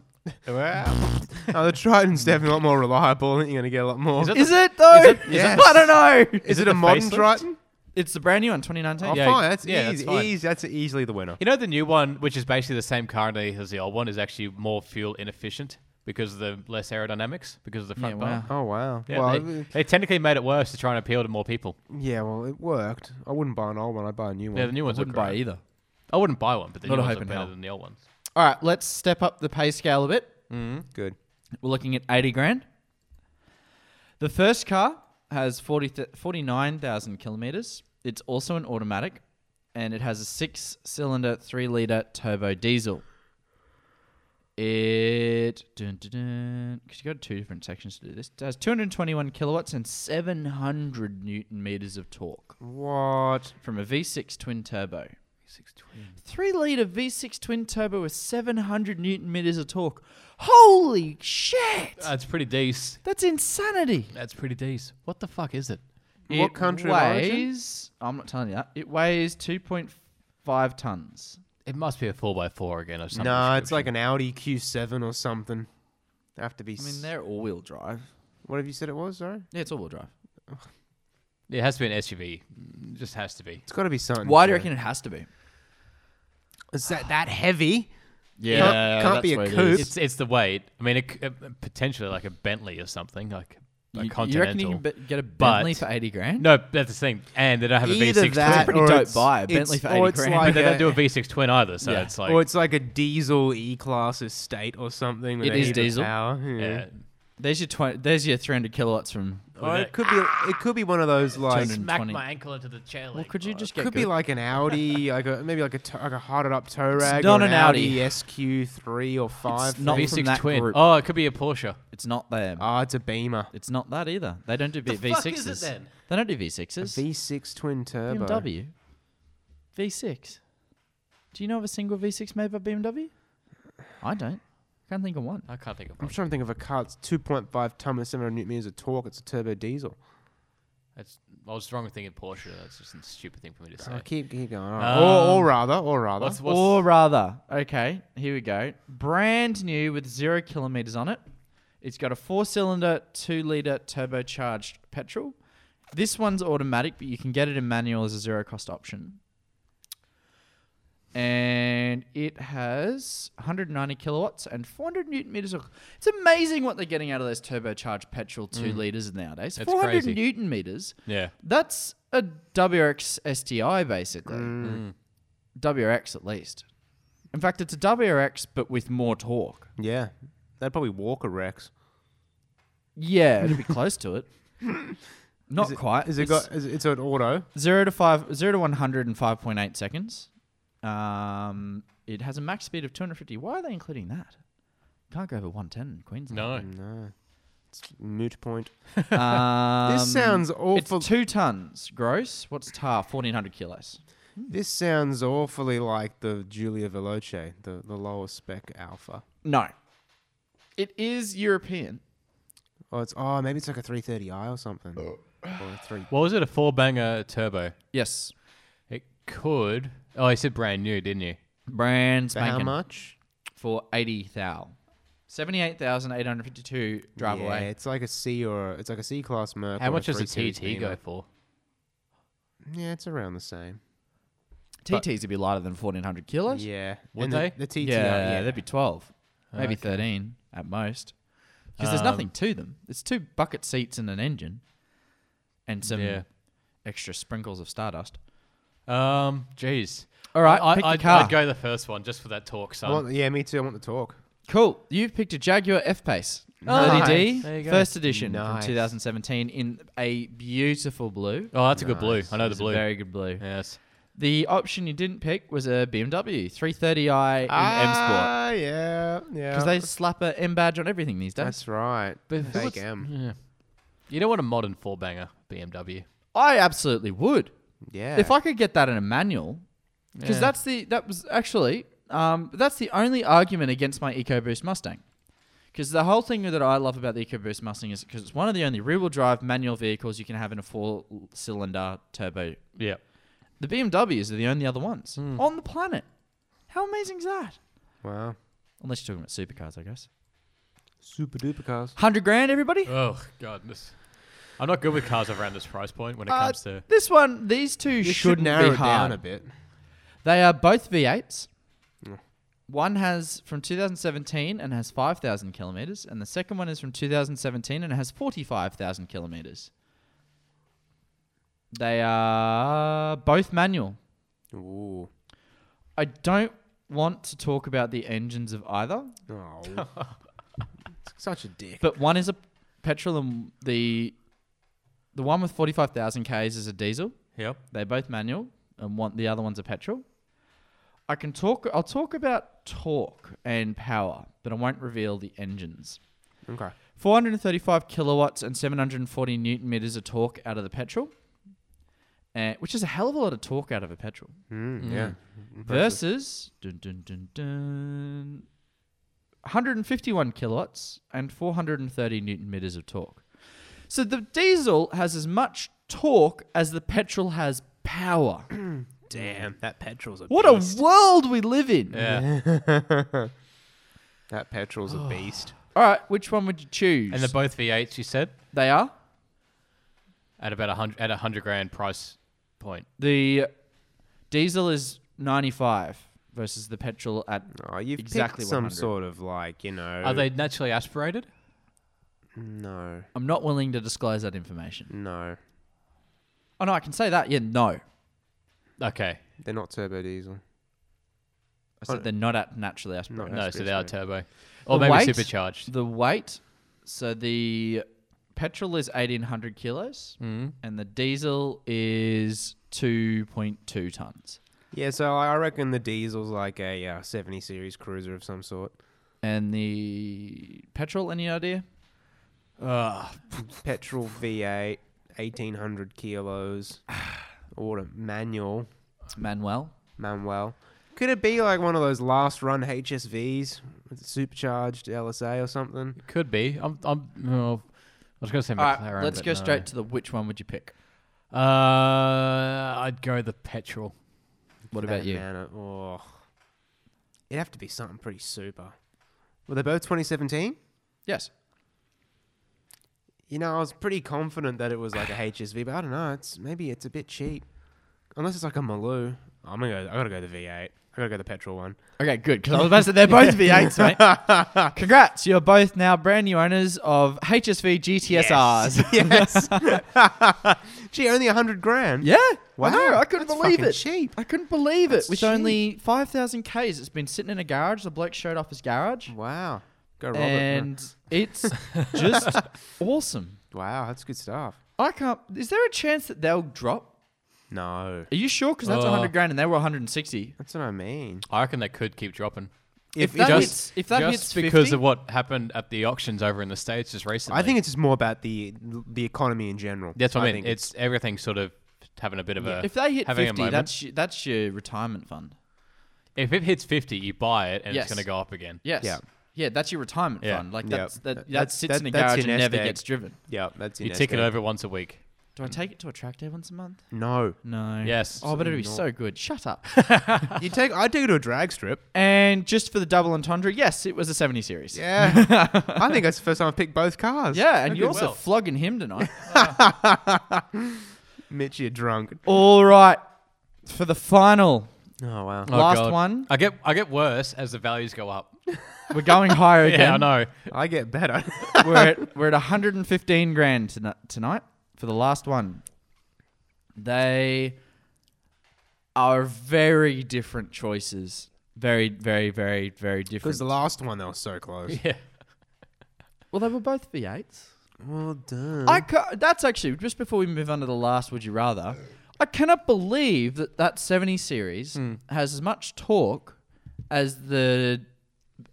no, the Triton's definitely a lot more reliable. and You're gonna get a lot more. Is it- Is it though? Yes. I don't know. Is it it a the modern facelift? Triton? It's the brand new one, 2019. Oh, Yeah, fine. That's yeah, that's easy. fine. easy. That's easily the winner. You know, the new one, which is basically the same car as the old one, is actually more fuel inefficient because of the less aerodynamics, because of the front Yeah, bar. wow. Oh wow. Yeah, well, they, uh, they technically made it worse to try and appeal to more people. yeah. Well, it worked. I wouldn't buy an old one. I'd buy a new one. Yeah, the new ones wouldn't are buy great. either. I wouldn't buy one, but the Not new a ones hope are in better hell. than the old ones. All right, let's step up the pay scale a bit. Mm-hmm, Good. We're looking at 80 grand. The first car has 40 th- 49,000 kilometers. It's also an automatic and it has a six cylinder, three litre turbo diesel. It. Dun, dun, dun, Cause you got two different sections to do this. It has 221 kilowatts and 700 newton meters of torque What? from a V6 twin turbo. Three litre V6 twin turbo with 700 newton meters of torque. Holy shit! That's pretty decent. That's insanity. That's pretty decent. What the fuck is it? What country of origin? weighs? I'm not telling you that. It weighs 2.5 tons. It must be a 4x4 again or something. No, it's like an Audi Q7 or something. Have to be. I s- mean, they're all-wheel drive. what have you said it was? Sorry. Yeah, it's all-wheel drive. It has to be an SUV. It just has to be. It's got to be something. Why do you yeah. reckon it has to be? Is that that heavy? Can't- Yeah, can't be a that's what it coupe. is. It's it's the weight. I mean, it, c- uh, potentially like a Bentley or something like a You, you reckon you Continental. can be- get a but- Bentley for 80 grand? no, that's the thing. And they don't have a Either V6 that twin, Pretty or dope it's- buy, a it's- Bentley for or 80 it's grand. like but they don't a- do a V6 twin either. So Yeah. it's like or it's like a diesel E-Class estate or something. where It they is need the diesel. power. yeah. There's your twi- there's your 300 kilowatts from... Or it could be. It could be one of those like. 200. smack 20. my ankle into the chair. Well, leg. could you just get Could be good? like an Audi, like a maybe like a t- like a hotted up tow rag. or not an, an Audi. SQ3 or five. not thing. from V6 that twin. group. Oh, it could be a Porsche. It's not them. Ah, it's a Beamer. It's not that either. They don't do The V- fuck V6s. is it then? They don't do V6s. V6 twin turbo. BMW. V6. Do you know of a single V6 made by BMW? I don't. Can't think of one. I can't think of I'm one. trying to think of a car. It's 2.5 ton and 700 newton meters of torque. It's a turbo diesel. That's, I was wrong thinking Porsche. That's just a stupid thing for me to say. Oh, keep keep going. All right. or, or rather, or rather, What's what's or rather, okay, here we go. Brand new with zero kilometers on it. It's got a four cylinder, two litre turbocharged petrol. This one's automatic, but you can get it in manual as a zero cost option. And it has 190 kilowatts and 400 newton meters of. It's amazing what they're getting out of those turbocharged petrol two liters nowadays. Mm. That's 400 crazy. newton meters. yeah? That's a WRX STI, basically. Mm. WRX, at least. In fact, it's a WRX, but with more torque. yeah, they'd probably walk a Rex. Yeah, it'd be close to it. Not Is it- quite. Is it It's got? Is it, it's an auto. zero to five, zero to one hundred in five point eight seconds. Um, it has a max speed of two hundred fifty. Why are they including that? Can't go over one ten in Queensland. No. No, it's moot point. No. Um, This sounds awful. It's two tons gross. What's tar? Fourteen hundred kilos. this sounds awfully like the Giulia Veloce, the the lower spec Alpha. No, it is European. Oh, it's oh maybe it's like a 330i or something. Or a three. What was it? A four banger turbo. Yes, It could. Oh, you said brand new, didn't you? brand For how spanking. much? for eighty thou. Seventy-eight thousand eight hundred fifty-two drive yeah, away. it's like a C or it's like a C class Merc. How or much does a 3 Series TT go Beamer. for? Yeah, it's around the same. TTs would be lighter than fourteen hundred kilos. Yeah, Would And they? The, the TTR, yeah, yeah, they'd be twelve, Um, maybe Okay. thirteen at most. Because there's nothing to them. It's two bucket seats and an engine, and some Yeah. extra sprinkles of stardust. Um, jeez. All right, I, pick your I'd, car. I'd go the first one just for that talk, I son. want, yeah, me too. I want the talk. Cool. You've picked a Jaguar F Pace. Nice. 30D, There you go. first edition Nice. from 2017 in a beautiful blue. oh, that's a good blue. I know the It's a blue. very good blue. yes. The option you didn't pick was a BMW 330i in M Sport. Ah, yeah, yeah. Because they slap a M badge on everything these days. That's right. But Fake what's- M. Yeah. You don't want a modern four banger BMW. I absolutely would. Yeah. If I could get that in a manual, because Yeah. that's the that was actually um, that's the only argument against my EcoBoost Mustang. Because the whole thing that I love about the EcoBoost Mustang is because it's one of the only rear-wheel drive manual vehicles you can have in a four-cylinder turbo. Yeah. The BMWs are the only other ones Hmm. on the planet. How amazing is that? wow. Unless you're talking about supercars, I guess. Super duper cars. Hundred grand, everybody. Oh God, this. I'm not good with cars over around this price point when it Uh, comes to. this one, these two You should shouldn't narrow be it down hard. a bit. Mm. They are both V8s. One has from 2017 and has 5,000 kilometers, and the second one is from 2017 and has 45,000 kilometers. They are both manual. Ooh. I don't want to talk about the engines of either, Oh. Such a dick. but one is a petrol and the the one with 45,000 k's is a diesel. Yep. They're both manual, and one the other one's a petrol. I can talk. I'll talk about torque and power, but I won't reveal the engines. Okay. 435 kilowatts and 740 newton meters of torque out of the petrol, uh, which is a hell of a lot of torque out of a petrol. Mm, Mm. Yeah. Versus dun, dun, dun, dun, 151 kilowatts and 430 newton meters of torque. So the diesel has as much torque as the petrol has power. Damn, that petrol's a What a world we live in. Yeah. that petrol's Oh. a beast. All right, which one would you choose? And they're both V8s, you said, they are at about a hundred at a hundred grand price point. the diesel is 95 versus the petrol at Oh, you've Exactly picked some 100. sort of like you know. Are they naturally aspirated? No, I'm not willing to disclose that information. no, Oh no, I can say that. Yeah, no. Okay. they're not turbo diesel. I said they're not at naturally aspirated. Not No, so aspirated. they are turbo, or The maybe weight? supercharged. The weight. So the petrol is 1800 kilos Mm. and the diesel is 2.2 tons. Yeah, so I I reckon the diesel's like a uh, seventy series cruiser of some sort. And the petrol, any idea? Petrol V8, eighteen hundred kilos, auto manual, Manuel. Manuel. Could it be like one of those last run HSVs with supercharged LSA or something? Could be. I'm. I'm. well, I was going to say All McLaren. right, let's but go no. straight to the which one would you pick? Uh, I'd go the petrol. What about That you? man, uh, oh. It'd have to be something pretty super. Were they both 2017? Yes. You know, I was pretty confident that it was like a HSV, but I don't know. It's maybe it's a bit cheap, unless it's like a Maloo. I'm gonna go. I gotta go the V8. I gotta go the petrol one. Okay, good. Because I was about to say they're both V8s, mate. Congrats. You're both now brand new owners of HSV GTSRs. Yes. Gee, only a hundred grand. Yeah. Wow. I know. I couldn't that's believe fucking it. Cheap. I couldn't believe it. That's With cheap. only 5,000 Ks, it's been sitting in a garage. The bloke showed off his garage. Wow. Go Robert. And it's just awesome. wow, that's good stuff. I can't. Is there a chance that they'll drop? No, Are you sure? Because that's Uh, 100 grand and they were 160. that's what I mean. I reckon they could keep dropping. If it that just- hits, if that just hits because 50, of what happened at the auctions over in the states just recently. I think it's just more about the the economy in general. that's what I, mean. think It's, everything sort of having a bit of a if they hit having a 50, moment. that's your, that's your retirement fund. if it hits fifty, you buy it and Yes. it's going to go up again. Yes. Yeah. Yeah, that's your retirement Yeah. fund. Like Yeah. that's, that, That- that, that's- sits that- in a that's garage your and nest never egg. Mm. gets driven. yeah, that's You tick it over once a week. Do I take it to a track day once a month? No, No. Yes. Oh, but it'd be so good. Shut up. you take. I take it to a drag strip. and just for the double entendre, yes, it was a 70 series. Yeah, I think that's the first time I've picked both cars. Yeah, and I you're did also well. flogging him tonight. Mitch, you're drunk. All right. For the final, Oh wow. Oh, last God. one, I get I get worse as the values go up. we're going higher again. yeah, I know. I get better. we're at we're at 115 grand tonight, tonight for the last one. They are very different choices. Very, very, very, very different. Because the last one they were so close. Yeah. well, they were both V8s. Well done. I ca- that's actually just before we move on to the last. Would you rather? I cannot believe that that 70 series Hmm. has as much torque as the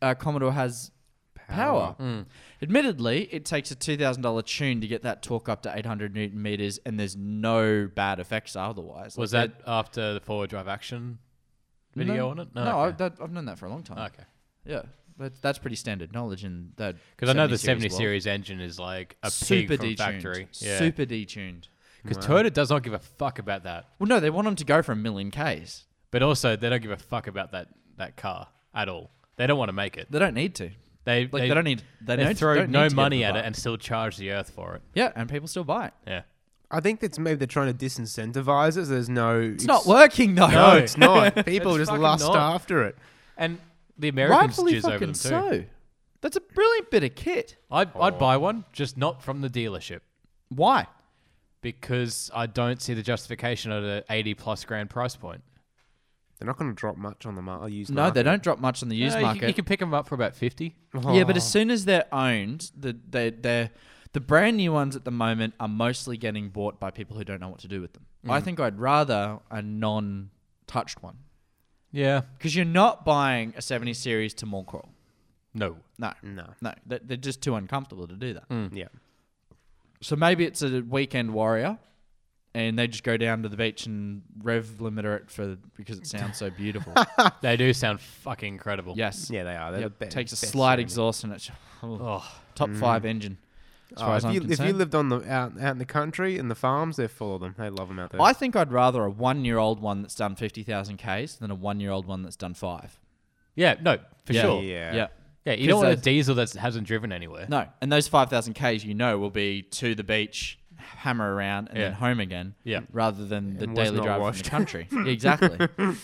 uh, Commodore has power. Hmm. Admittedly, it takes a $2,000 tune to get that torque up to 800 newton meters, and there's no bad effects otherwise. Was Like, that after the forward drive action video no, on it? No, I, okay. that, I've known that for a long time. okay. Yeah, that, that's pretty standard knowledge in that. Because I know the 70 world. series engine is like a super pig from detuned, factory. Yeah. super detuned. Because Toyota does not give a fuck about that. Well, no, they want them to go for a million k's. But also, they don't give a fuck about that, that car at all. They don't want to make it. They don't need to. They Like they, don't need they, they don't, throw don't need no to get money the at it buy. and still charge the Earth for it. yeah, and people still buy it. Yeah. I think that's maybe they're trying to disincentivize us. There's no. It's, not working though. No, it's not. People It's just fucking lust not. after it. And the Americans Rightfully jizz over them fucking too. so. That's a brilliant bit of kit. I'd, I'd buy one, just not from the dealership, Why? because I don't see the justification at an eighty plus grand price point. They're not going to drop much on the mar- used No, they don't drop much on the used Uh, you- market. You, can Oh. pick them up for about fifty. Yeah, but as soon as they're owned, the they they the brand new ones at the moment are mostly getting bought by people who don't know what to do with them. Mm. I think I'd rather a non-touched one Yeah. because you're not buying a 70 series to mall crawl. No. No, No. Mm. no, they- they're just too uncomfortable to do that. Yeah. So maybe it's a weekend warrior, and they just go down to the beach and rev limiter it for because it sounds so beautiful. They do sound fucking incredible. yes, Yeah, they are. They're Yep. the best. takes a best slight sounding. exhaust and it's Oh, top five engine. As far Oh, as if, I'm you, if you concerned. lived on the out, out in the country in the farms, they're full of them. They love them out there. I think I'd rather a one year old one that's done 50,000 Ks than a one year old one that's done five. yeah. No, for Yeah. sure. Yeah. Yeah. Yeah, you 'Cause don't want a those- diesel that hasn't driven anywhere. No. And those 5,000 Ks, you know, will be to the beach, hammer around, and then Yeah. home again. Yeah. Rather than the And was daily not drive in washed. the country. Yeah, exactly. oh,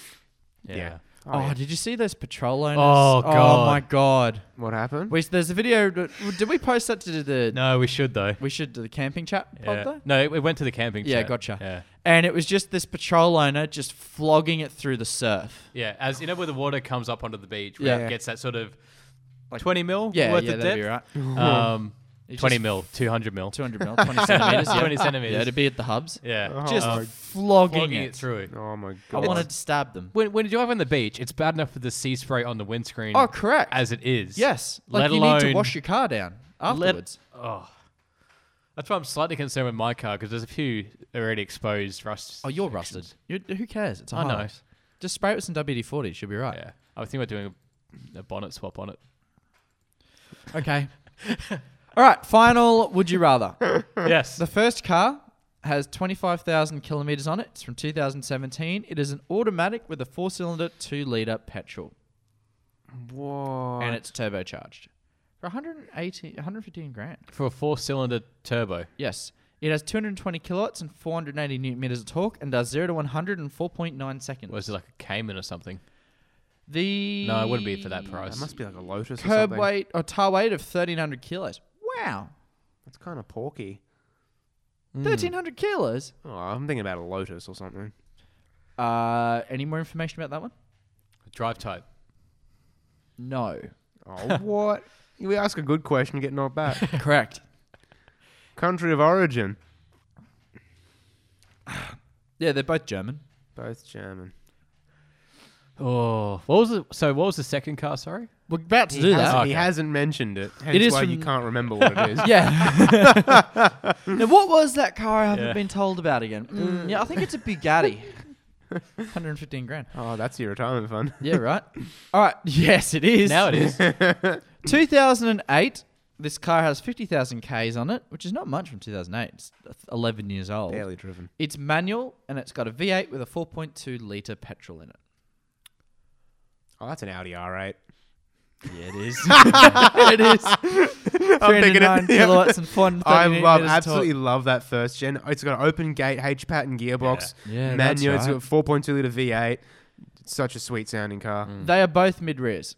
Yeah. Yeah. did you see those patrol owners? Oh, God. Oh, my God. What happened? We, there's a video. Did we post that to the. No, we should though. We should do the camping chat pod, Yeah. though? No, it, it went to the camping. Yeah, chat. gotcha. Yeah. And it was just this patrol owner just flogging it through the surf. Yeah, as you know, where the water comes up onto the beach, where Yeah. it gets that sort of Like- twenty mil Yeah, worth yeah, of that'd depth. be right. Um, It twenty just mil, two hundred mil. 200 mil, 20 centimeters. yeah. 20 centimeters. Yeah, to be Oh, at the hubs. yeah, Just Um, flogging, flogging it. it through. oh my I god! wanted to stab them. When when you drive on the beach, it's bad enough for the sea spray on the windscreen. Oh, correct. As it is. yes. Like let you alone need to wash your car down afterwards. Oh. That's why I'm slightly concerned with my car because there's a few already exposed rust. oh, you're rusted. you who cares? It's a I hard. know. Just spray it with some WD-40. Should be right. Yeah, I was thinking about doing a, a bonnet swap on it. Okay. All right. Final. Would you rather? yes. The first car has 25,000 kilometers on it. It's from 2017. It is an automatic with a four-cylinder, two-liter petrol, Whoa! and it's turbocharged for 180, 115 grand. For a four-cylinder turbo. Yes. It has 220 kilowatts and 480 newton meters of torque and does 0 to 100 in 4.9 seconds. Was it like a Cayman or something? the No, it wouldn't be for that that price. must be like a lotus. or curb something. weight or tar weight of 1,300 kilos. Wow. That's kind of porky. Mm. 1,300 kilos? Oh, I'm thinking about a lotus or something. Uh, any more information about that one? Drive type. No. Oh, what? We ask a good question, get knocked back. Correct. Country of origin, Yeah, they're both German. both German. Oh, what was the, so? What was the second car? Sorry, We're about to He, do hasn't, that. Okay. he hasn't mentioned it. Hence is why you from- can't remember what it is. Yeah. now, what was that car I haven't Yeah. been told about again? Mm, yeah, I think it's a Bugatti. 115 grand. Oh, that's your retirement fund. Yeah, right. All right. Yes, it is. now it is. 2008. This car has 50,000 Ks on it, which is not much from 2008. It's 11 years old. Barely driven. It's manual and it's got a V8 with a 4.2 litre petrol in it. Oh, that's an Audi R8. Yeah, it is. it is. I'm picking it. 309 Yeah. kilowatts and 430 I newton love, meters torque. absolutely love that first gen. It's got an open gate, H pattern gearbox, Yeah. Yeah, that's manual. right. It's got 4.2 liter V8. It's such a sweet sounding car. They are both mid rears.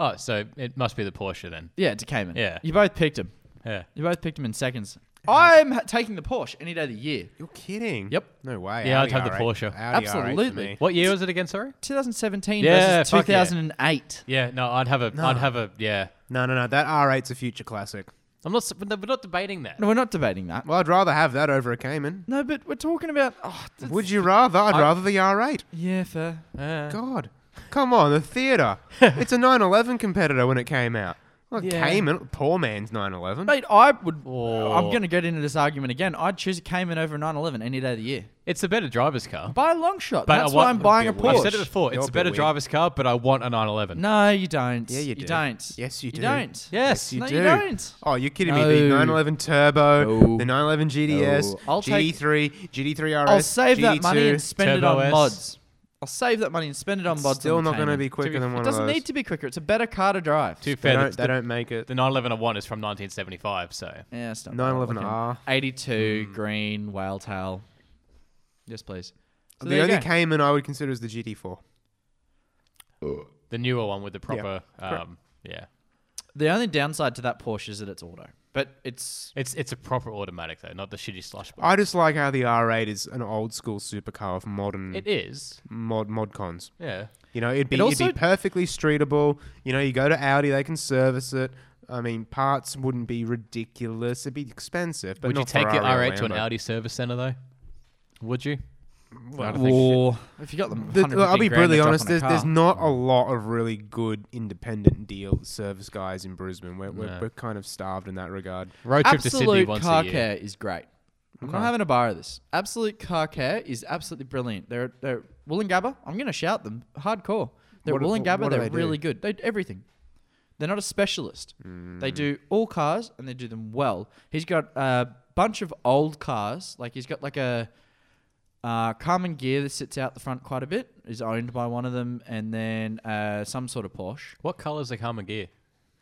Oh, so it must be the Porsche then. Yeah, it's a Cayman. Yeah. You both picked them. Yeah. You both picked them in seconds. I'm ha- taking the Porsche any day of the year. You're kidding. Yep. No way. Yeah, Audi I'd have the R8. Porsche. Audi R8 for Absolutely. me. What year was it again? Sorry. 2017 Yeah, versus fuck yeah. 2008. Yeah. No, I'd have a. I'd have a. Yeah. No, no, no. That R8's a future classic. I'm not. s- We're not debating that. No, we're not debating that. Well, I'd rather have that over a Cayman. No, but we're talking about. Oh, th- Would you rather? I'd rather the R8. yeah, fair. Uh, God. Come on, the theatre. it's a 911 competitor when it came out. Well, Yeah. Cayman, poor man's 911. Mate, I would. Oh. I'm going to get into this argument again. I'd choose a Cayman over a 911 any day of the year. it's a better driver's car. By a long shot. But That's I why want- I'm buying a It'd be a Porsche. I've said it before. You're It's a a bit better weird. driver's car, but I want a 911. No, you don't. Yeah, you do. don't. Yes, you do. don't. Yes, You no, do. you don't. Oh, you're kidding No. me. The 911 Turbo, No. the 911 GDS, No. I'll take- GD3, GD3 RS. I'll save that GD2. money and spend it Turbo on S. mods. I'll save that money and spend it on mods. Still on the not going to Cayman. be quicker be- than It one doesn't of those. need to be quicker. It's a better car to drive. Too They fair. don't, the- Oh, they don't make it. The 911 is from 1975, so Yeah, it's not. bad 911R. looking. 82 Hmm. green whale tail. Yes, please. So the there you only go. Cayman I would consider is the GT4. the newer one with the proper. um, yeah. the only downside to that Porsche is that it's auto, but it's It's it's a proper automatic though, not the shitty slush button. I just like how the R8 is an old school supercar of modern It is. mod mod cons. Yeah. You know, it'd be It also- it'd be perfectly streetable. You know, you go to Audi, they can service it. I mean, parts wouldn't be ridiculous. It'd be expensive, but Would you not take your Ferrari or R8 to an Lambo. Audi service center though? Would you? I don't think so. or if you got them. The- I'll 115 be grand brutally to drop honest. on a There's, there's car. not a lot of really good independent deal service guys in Brisbane. We're, No. we're, we're kind of starved in that regard. Road trip to Sydney absolute once car a year. care is great. I'm not having a bar of this. Absolute car care is absolutely brilliant. They're they're Wollongabba. I'm going to shout them hardcore. They're What do- Wollongabba. what do they're they do? really good. They do everything. They're not a specialist. They Mm. do all cars and they do them well. He's got a bunch of old cars. Like he's got like a uh, Carmen Gear that sits out the front quite a bit. Is owned by one of them, and then uh, some sort of Porsche. What colours are Karma gear?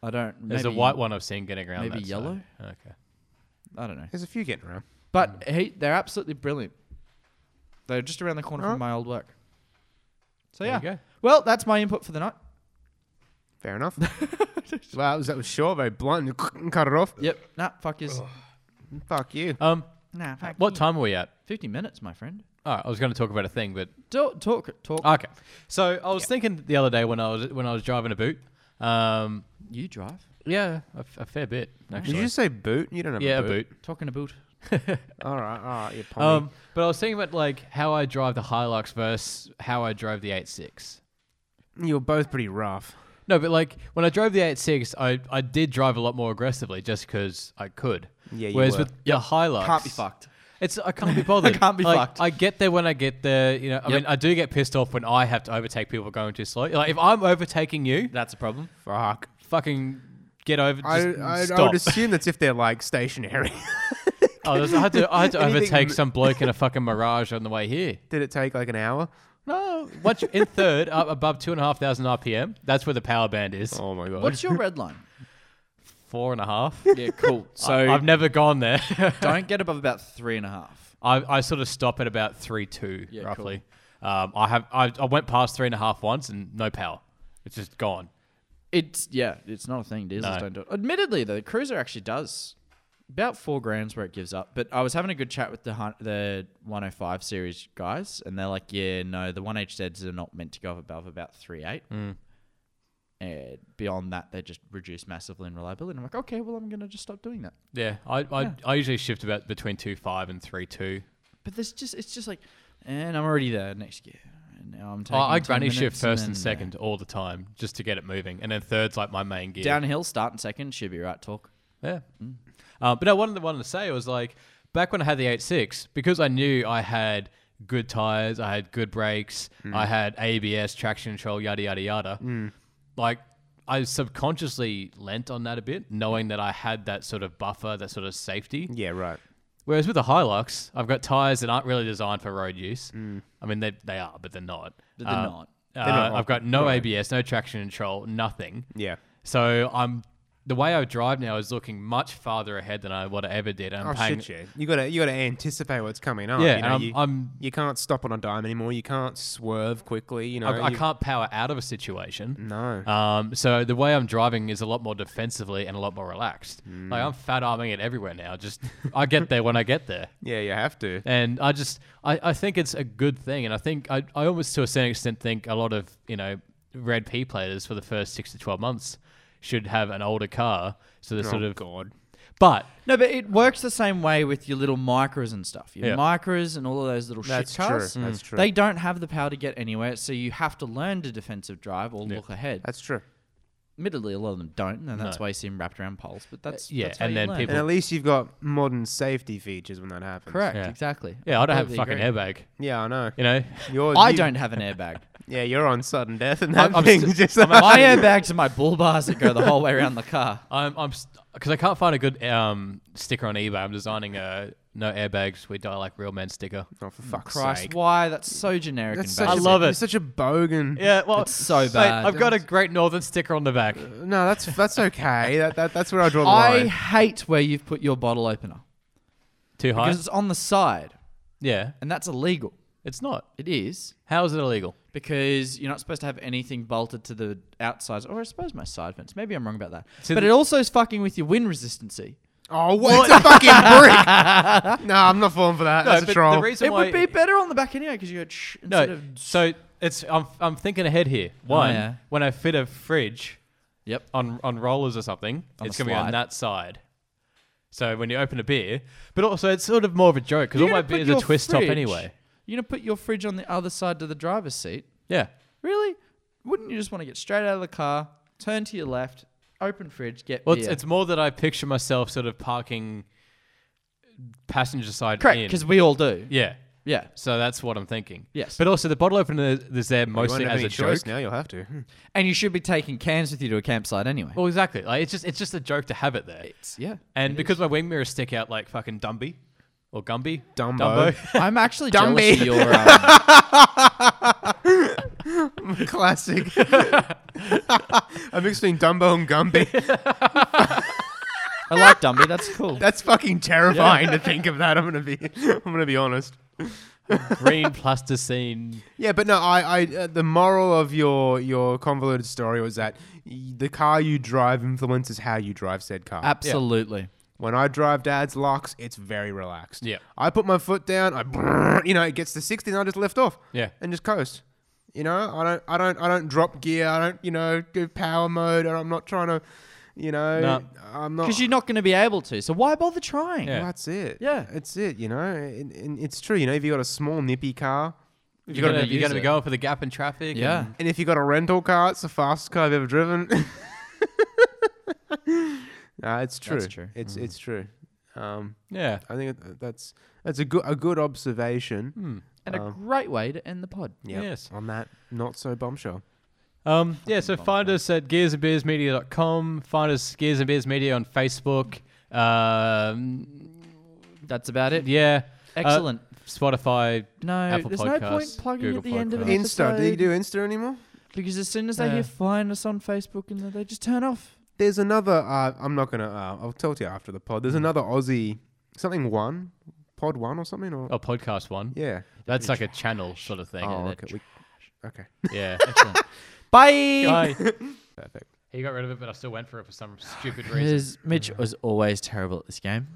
I don't. There's maybe, a white one I've seen getting around. maybe that, so- yellow? Okay. I don't know. There's a few getting around. But he, they're absolutely brilliant. They're just around the corner from my old work. So There yeah. you go. Well, that's my input for the night. Fair enough. well, that was, that was short, very blunt. and Cut it off. Yep. Nah, fuck is. Fuck you. Um, Nah, fuck. what you. time are we at? Fifty minutes, my friend. All right, I was going to talk about a thing, but Talk, talk, talk. okay. So I was thinking the other day when I was when I was driving a boot. Um, you drive. yeah, a, f- a fair bit Did actually. you just say boot? You don't have yeah, a a boot. boot. Talking about. All right, all right, you pony. Um, but I was thinking about like how I drive the Hilux versus how I drove the 86. You're both pretty rough. No, but like when I drove the 86, I, I did drive a lot more aggressively just because I could. Yeah, you Whereas were. with the Hilux, Can't be fucked. It's I can't be bothered. I can't be Like, fucked. I get there when I get there. You know, I Yep. mean, I do get pissed off when I have to overtake people going too slow. Like if I'm overtaking you, That's a problem. Fuck. fucking get over. Just I, I, I stop. would assume that's if they're like stationary. Oh, there's- I had to, I had to Anything overtake m- some bloke in a fucking Mirage on the way here. Did it take like an hour? No, once you're in third, up above two and a half thousand RPM, that's where the power band is. Oh my god. What's your red line? Four and a half. yeah, cool. So I, have never gone there. don't get above about three and a half. I, I sort of stop at about three two Yeah, roughly. Um, I have I, I went past three and a half once and no power. It's just gone. It's yeah, it's not a thing. Diesels No. don't do it. Admittedly, though, the cruiser actually does. About four grams where it gives up. But I was having a good chat with the hun- the 105 series guys, and they're like, "Yeah, no, the 1HZs are not meant to go up above about 3.8. Hmm. And beyond that, they just reduce massively in reliability." And I'm like, "Okay, well, I'm gonna just stop doing that." Yeah, I I, I usually shift about between two five and three two. But there's just it's just like, and I'm already there next year. And now I'm taking. Oh, I, I 10 granny shift minutes first and then, uh, second all the time just to get it moving, and then third's like my main gear. Downhill, start and second should be right. Talk. Yeah. Uh, but I wanted to, wanted to say was like back when I had the 86 because I knew I had good tires, I had good brakes, Mm. I had ABS, traction control, yada yada yada. Like I subconsciously lent on that a bit, knowing that I had that sort of buffer, that sort of safety. yeah, right. Whereas with the Hilux, I've got tires that aren't really designed for road use. I mean, they, they are, but they're not. But Mm. they're Uh, not. uh, not I've got no ABS, no traction control, nothing. Yeah. So I'm the way I drive now is looking much farther ahead than I would I ever did. And Oh I'm paying, shit, yeah. You gotta you gotta anticipate what's coming up. Yeah, you and I'm- you, I'm- you can't stop on a dime anymore. You can't swerve quickly. You know. I, I you- can't power out of a situation. No. Um, so the way I'm driving is a lot more defensively and a lot more relaxed. Mm. Like I'm fat arming it everywhere now. Just I get there when I get there. yeah, you have to. And I just I, I think it's a good thing and I think I, I almost to a certain extent think a lot of, you know, red P players for the first six to twelve months should have an older car. So Oh, they're sort of God. But No, but it works the same way with your little micros and stuff. Your Yeah. Mm. micros and all of those little That's shit cars. true. That's true. They don't have the power to get anywhere, so you have to learn to defensive drive or look ahead. That's true. Admittedly, a lot of them don't, and that's No. why you see them wrapped around poles. But that's yeah, that's how and you then learn. people- And at least you've got modern safety features when that happens. correct Yeah. exactly. yeah, I don't have a Completely fucking agree. airbag. Yeah, I know. You know? You're, I you- don't have an airbag. Yeah, you're on sudden death, and I'm- that I'm thing st- just. I'm My airbags and my bull bars that go the whole way around the car. I'm I'm because I can't find a good um sticker on eBay. I'm designing a no airbags, we die like real men sticker. oh, for fuck's Christ, sake! why? That's so generic That's and such I basic. a- love it. It's such a bogan. Yeah, well, It's so mate, bad. I've got a great Northern sticker on the back. No, that's that's okay. that, that that's where I draw the I line. hate where you've put your bottle opener Too high? because it's on the side, yeah, and that's illegal. it's not. It is How is it illegal? because you're not supposed to have anything bolted to the outside, or I suppose my side fence. Maybe I'm wrong about that. So but the- it also is fucking with your wind resistancy. Oh, what? It's a fucking brick. no, I'm not falling for that. No, that's but a troll. the reason It why would be better on the back anyway because you got sh- instead no. of Oh, So it's I'm I'm thinking ahead here. One, yeah. when I fit a fridge yep. on on rollers or something, On it's the gonna be on slide. that side. So when you open a beer, but also it's sort of more of a joke because all You're my gonna put beers are your twist top fridge- anyway. You're gonna put your fridge on the other side to the driver's seat. Yeah. Really? Wouldn't you just want to get straight out of the car, turn to your left, open fridge, get Well, beer? it's, it's more that I picture myself sort of parking passenger side correct in. because we all do. yeah. Yeah. So that's what I'm thinking. Yes. But also the bottle opener is there You won't mostly have as any a choice joke. now. You'll have to. And you should be taking cans with you to a campsite anyway. Well, exactly. Like it's just it's just a joke to have it there. It's- yeah. And because my wing mirrors stick out like fucking Dumby or Gumby. Dumbo. I'm actually Dumb jealous me. of your. Um, Classic. I'm between Dumbo and Gumby. I like Dumby. That's cool. That's fucking terrifying to think of that. I'm gonna be. I'm gonna be honest. Green plasticine. Yeah, but no, I, I uh, the moral of your your convoluted story was that y- the car you drive influences how you drive said car. Absolutely. when I drive dad's locks, it's very relaxed. Yeah. I put my foot down, I you know, it gets to 60 and I just lift off. Yeah. And just coast. You know, I don't I don't I don't drop gear, I don't, you know, do power mode and I'm not trying to, you know, No. I'm not Because you're not going to be able to. So why bother trying? Oh. Yeah. that's it. Yeah. It's it, you know. And, and it's true, you know, if you got a small nippy car, You're gonna, gonna you're gonna be use it. going for the gap in traffic. Yeah. and- And if you got a rental car, it's the fastest car I've ever driven. nah, it's true. That's true. It's it's true. Um, yeah. I think it- that's that's a good a good observation. And Um, a great way to end the pod. Yep. Yes. On that not so bombshell. Um, yeah, so find us at gearsandbeersmedia.com. Find us Gears and Beers Media on Facebook. Um, That's about it. yeah. Uh, Excellent. Spotify. no, Apple there's no point Podcasts, plugging Google at the end of Podcasts. an Insta. Do you episode, do Insta anymore? Because as soon as they Yeah. hear find us on Facebook and they just turn off. There's another. Uh, I'm not gonna. Uh, I'll tell you after the pod. There's another Aussie something one, pod one or something or Oh, podcast one. yeah. That's like a channel sort of thing. Oh, isn't okay. it? We, okay. Yeah. Bye. Bye. Perfect. He got rid of it, but I still went for it for some stupid reason. Because Mitch Mm. was always terrible at this game.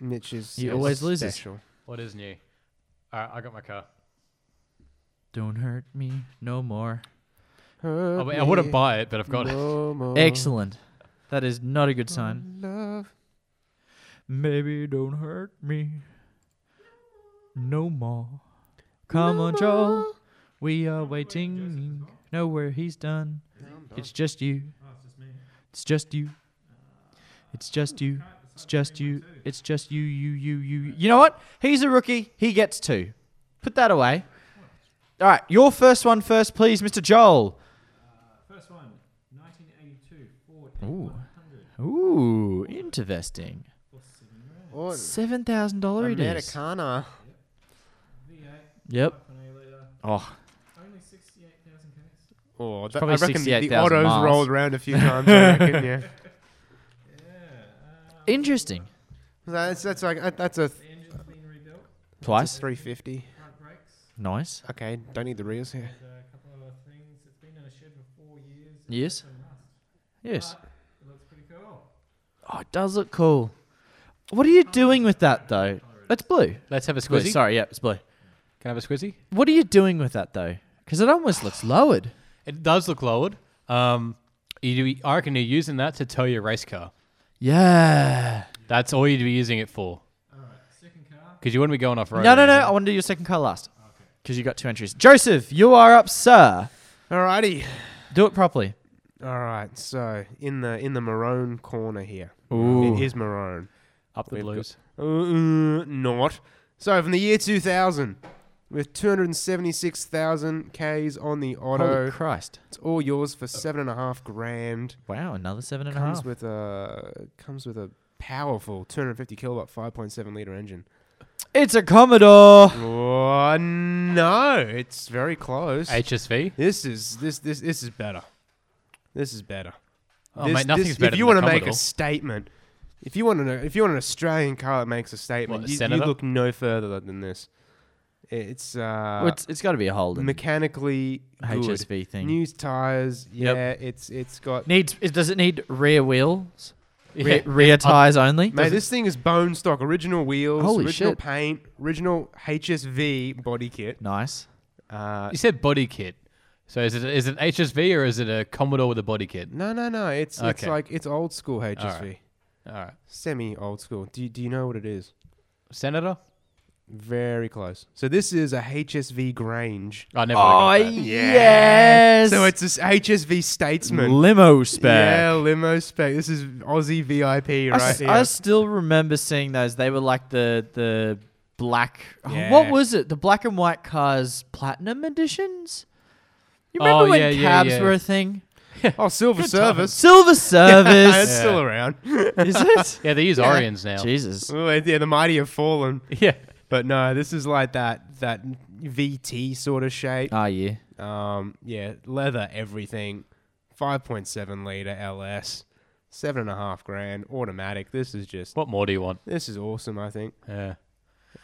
Mitch is. He is always loses. special. What is new? All right, I got my car. Don't hurt me no more. Oh, I, Hurt mean, I wouldn't me buy it, but I've got it. no more. Excellent. That is not a good Mm. sign. Love. Maybe don't hurt me no more. Come on, Joel. We are waiting. Nowhere he's done. It's just you. It's just you. It's just you. It's just you. It's just you, you, you, you. You know what? He's a rookie. He gets two. Put that away. All right, your first one first, please, Mr. Joel. First one, 1982 Ford Ooh. F100 Ooh, interesting. for seven grand. What? $7,000 it is. Americana. V8, Yep. 5.8 litre, Oh, only 68,000 k's. Oh, that, probably I reckon the 68,000 autos miles. rolled around a few times. I reckon, yeah. Interesting. That's that's like that- that's a The engine's been rebuilt, Twice. 350. front brakes, Nice. Okay, don't need the rears here. and uh, a couple of other things. It's been in a shed for four years. It's Yes. got some rust. Yes. It looks pretty cool. Oh, it does look cool. What are you doing with that though? That's blue. Let's have a Blue, squizzy. Sorry, yeah, it's blue. Can I have a squizzy? What are you doing with that though? Because it almost looks lowered. It does look lowered. Um, you, I reckon you're using that to tow your race car. Yeah. That's all you'd be using it for. Second car, Because you wouldn't be going off road. No, or no, no. I anything. want to do your second car last. Because you got two entries. Joseph, you are up, sir. Alrighty. Do it properly. All right. So in the in the maroon corner here. Ooh. It is maroon. Up the We've got- blues. Uh, uh, not. So from the year 2000, with 276,000 Ks on the Holy auto. Christ! It's all yours for seven and a half grand. Wow, another seven and a comes half. with a comes with a powerful 250 kilowatt 5.7 liter engine. It's a Commodore. Oh no, it's very close. HSV. This is this this this is better. This is better. Oh, This- mate, nothing's this- better If you than want the to make a Commodore. statement, if you want to know, if you want an Australian car that makes a statement, What, a you, you Senator? look no further than this. It's uh, Well, it's it's got to be a Holden. mechanically good. HSV thing. New tires, yeah. Yep. It's it's got. Needs is, does it need rear wheels? Yeah. Rear, rear tires only. Mate, this thing is bone stock, original wheels, Holy original shit. paint, original HSV body kit. nice. Uh, You said body kit. So is it is it HSV or is it a Commodore with a body kit? no, no, no. It's it's Okay. like it's old school HSV, All right, semi old school. Do you- do you know what it is? Senator. Very close. So this is a HSV Grange. I never. would've got that. yes. So it's this HSV Statesman. limo spec. Yeah, limo spec. This is Aussie VIP I right s- here. I, still remember seeing those. They were like the the black. oh, Yeah. What was it? The black and white cars platinum editions. You remember Oh, when yeah, yeah, cabs yeah. were a thing? oh, silver service. Silver it's service. still around. Is it? Yeah, they use Orions now. Jesus. Oh, yeah, the mighty have fallen. Yeah. But no, this is like that that VT sort of shape. Ah, yeah. Um, yeah, leather everything. 5.7 liter LS. Seven and a half grand automatic. This is just What more do you want? this is awesome. I think. Yeah.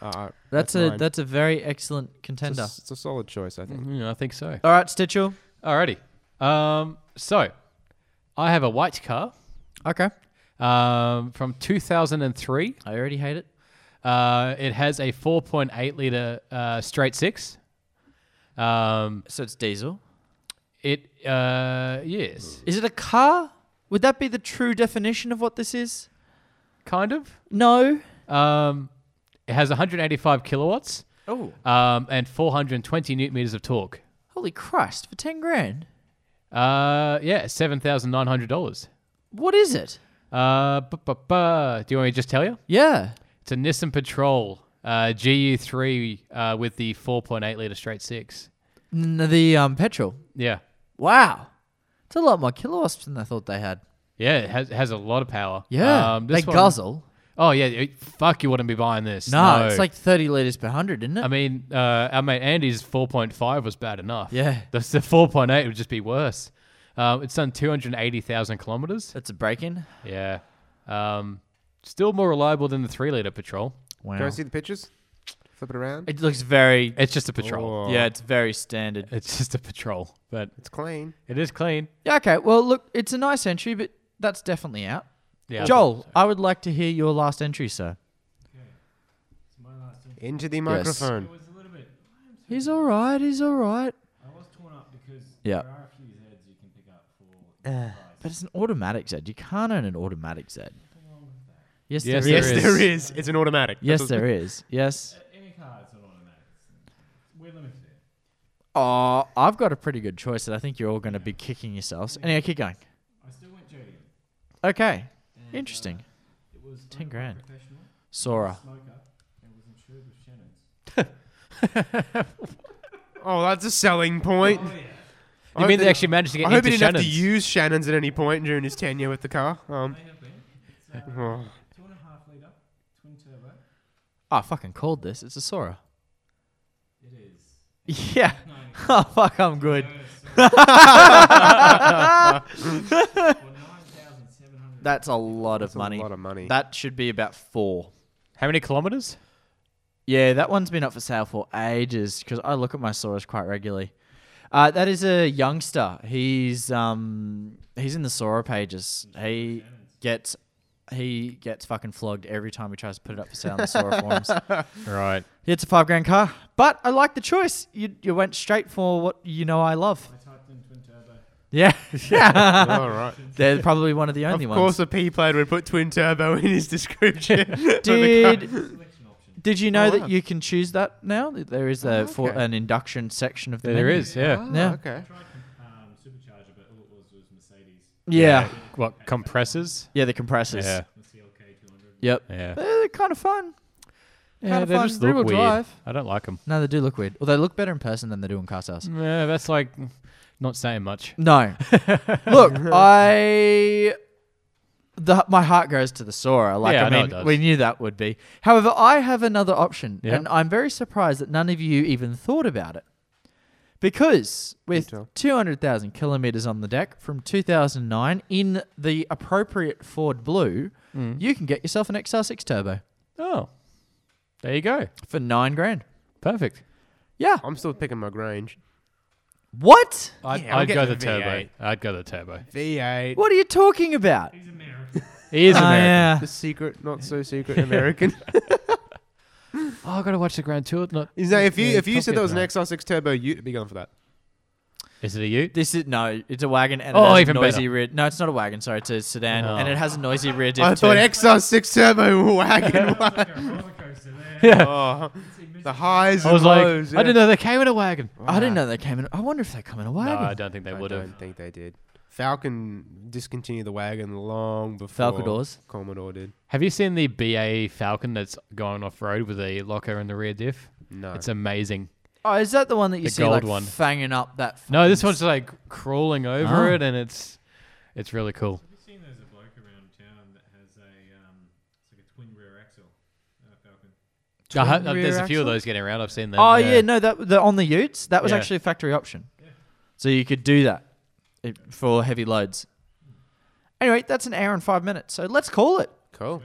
Uh, That's, a mine. that's a very excellent It's a contender. s- it's a solid choice. I think. Mm, I think so. All right, Stitchell. Alrighty. Um, so I have a white car Okay. um, from 2003. I already hate it. Uh, it has a 4.8 liter uh, straight six. Um, So it's diesel. it uh, yes, Is it a car? Would that be the true definition of what this is? kind of. No. Um, it has 185 kilowatts Oh. um, and 420 newton meters of torque. Holy Christ, for 10 grand. Uh, yeah, seven thousand nine hundred dollars. What is it? Uh, bu- bu- bu- do you want me to just tell you? Yeah. It's a Nissan Patrol uh, GU3 uh, with the 4.8 liter straight six. N- the um, petrol. Yeah, Wow. It's a lot more kilowatts than I thought they had. yeah, it has, it has a lot of power. Yeah. um, they this one- guzzle. Oh yeah, it- fuck! You wouldn't be buying this. No, it's like 30 litres per 100, isn't it? I mean, uh, our mate Andy's 4.5 was bad enough. Yeah. the, the 4.8 would just be worse. Um, it's done 280,000 kilometers. That's a break in. Yeah, um, still more reliable than the three liter Patrol. Wow. Can I see the pictures? Flip it around. It looks very. It's just a Patrol. Oh, Yeah, it's very standard. It's just a Patrol, but It's clean. it is clean. Yeah, okay. Well, look, it's a nice entry, but that's definitely out. Yeah, Joel, I would like to hear your last entry, sir. My last one. Into the microphone. It was a little bit. I'm so- He's all right. He's all right. I was torn up because Yeah. there are a few heads you can pick up for. But it's an automatic Z. You can't own an automatic Z. Yes, Yes, there there is. is. There is. It's an automatic. Yes, there is. Yes. Any car, it's an automatic. It's- We're limited. Oh, I've got a pretty good choice that I think you're all going to be kicking yourselves. Anyway, keep going. I still went Jodian. Okay. Interesting. It was owned by 10 a grand. Professional Sora. smoker and was insured with Shannon's. Oh, that's a selling point. You mean they actually managed to get I hope into he didn't Shannon's? have to use Shannon's at any point during his tenure with the car. Um, They have been. It's uh, oh, two and a half litre, twin turbo. Oh, I fucking called this. It's a Sora. It is. Yeah. Oh, fuck, I'm good. For 9,700. That's a lot of that's money. A lot of money. That should be about four. How many kilometers? Yeah, that one's been up for sale for ages because I look at my Soras quite regularly. Uh, that is a youngster. He's um he's in the Sora pages. He gets he gets fucking flogged every time he tries to put it up for sale on the Sora forums. Right. It's a five grand car, but I like the choice. You you went straight for what you know I love. I typed in twin turbo. Yeah, All right. they're probably one of the only of ones. course, a P player would put twin turbo in his description. Did did you know Oh, wow. Oh, that you can choose that now? That There is a for okay. an induction section of the there menu. is, yeah. Yeah. Oh, Okay. Tried um, supercharger, but all it was was Mercedes. Yeah, What, compressors? yeah, the compressors. Yeah. The CLK 200. Yep. Yeah. They're kind of fun. Kinda they fun. just look Rear-wheel weird. drive. I don't like them. No, they do look weird. Well, they look better in person than they do in car sales. Yeah, that's like not saying much. No. Look, I. The, my heart goes to the Sora. Like Yeah, I I know mean, it does. we knew that would be. However, I have another option, Yeah. and I'm very surprised that none of you even thought about it, because with tell. 200,000 kilometers on the deck from 2009 in the appropriate Ford Blue, you can get yourself an XR6 Turbo Oh, there you go. for nine grand. Perfect. Yeah. I'm still picking my Grange. What? I'd, Yeah, I'm I'd go the getting a turbo. V8. I'd go the turbo. V8. What are you talking about? He's American. He is Oh, American. yeah. The secret, not so secret American. Oh, I gotta watch the Grand Tour. Not You know, if you Yeah, if you Top said Gear, there was an no. XR6 Turbo, you'd be going for that. is it a Ute? This is no, it's a wagon and Oh, it has even a noisy better. rear. No, it's not a wagon. Sorry, it's a sedan Oh. and it has a noisy rear diff. I thought too. XR6 Turbo wagon. It's like a roller coaster there. Yeah. oh, It's the immeasurable. highs I was and like, lows. I didn't know they came in a wagon. I didn't know they came in. I wonder if they come in a No, wagon. I don't think they I would have. don't think they did. Falcon discontinued the wagon long before Falcadors. Commodore did. Have you seen the BA Falcon that's going off road with the locker and the rear diff? No. It's amazing. Oh, is that the one that you The see gold like one. fanging up that? No, this fucking one's like crawling over Oh. it, and it's it's really cool. Have you seen there's a bloke around town that has a um, it's like a twin rear axle uh, Falcon? I ho- twin uh, there's rear a few of axle? those getting around. I've seen them. Oh yeah, no, that the on the Utes that was Yeah. actually a factory option, so you could do that it- for heavy loads. Anyway, that's an hour and five minutes, so let's call it. cool.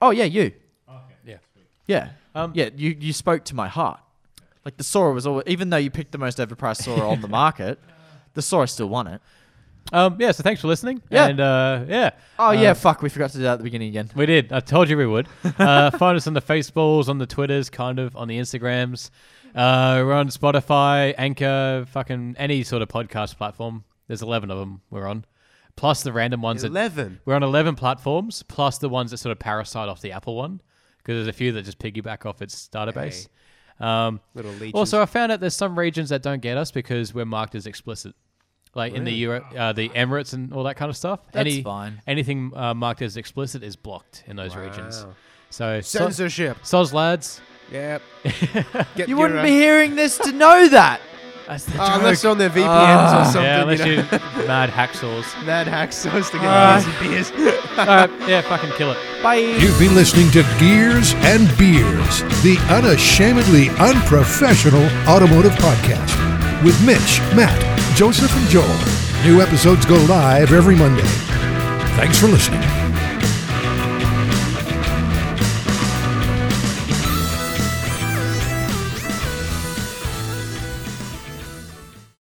Oh yeah, you. Yeah. Yeah. Um, yeah, you, you spoke to my heart. Like the Sora was always, even though you picked the most overpriced Sora on the market, the Sora still won it. Um, yeah. So thanks for listening. Yeah. And uh, yeah. Oh Uh, yeah, fuck, we forgot to do that at the beginning again. We did. I told you we would. Uh, find us on the Facebooks, on the Twitters, kind of, on the Instagrams. Uh, we're on Spotify, Anchor, fucking any sort of podcast platform. There's 11 of them we're on, plus the random ones. that- 11. we're on 11 platforms, plus the ones that sort of parasite off the Apple one, because there's a few that just piggyback off its database. Um, Little leeches. also, I found out there's some regions that don't get us because we're marked as explicit. Like in the Euro, uh, the Emirates and all that kind of stuff. That's fine. Anything uh, marked as explicit is blocked in those regions. Wow. So, so censorship. soz lads, Yep. Get You your, wouldn't uh, be hearing this to know that. that's the Oh, unless joke. on their VPNs or something. Ah, yeah, unless you you know. mad hacksaws. Mad hack sauce to get Uh, the easy beers. all right, yeah, fucking kill it. Bye. You've been listening to Gears and Beers, the unashamedly unprofessional automotive podcast with Mitch, Matt, Joseph, and Joel. New episodes go live every Monday. Thanks for listening.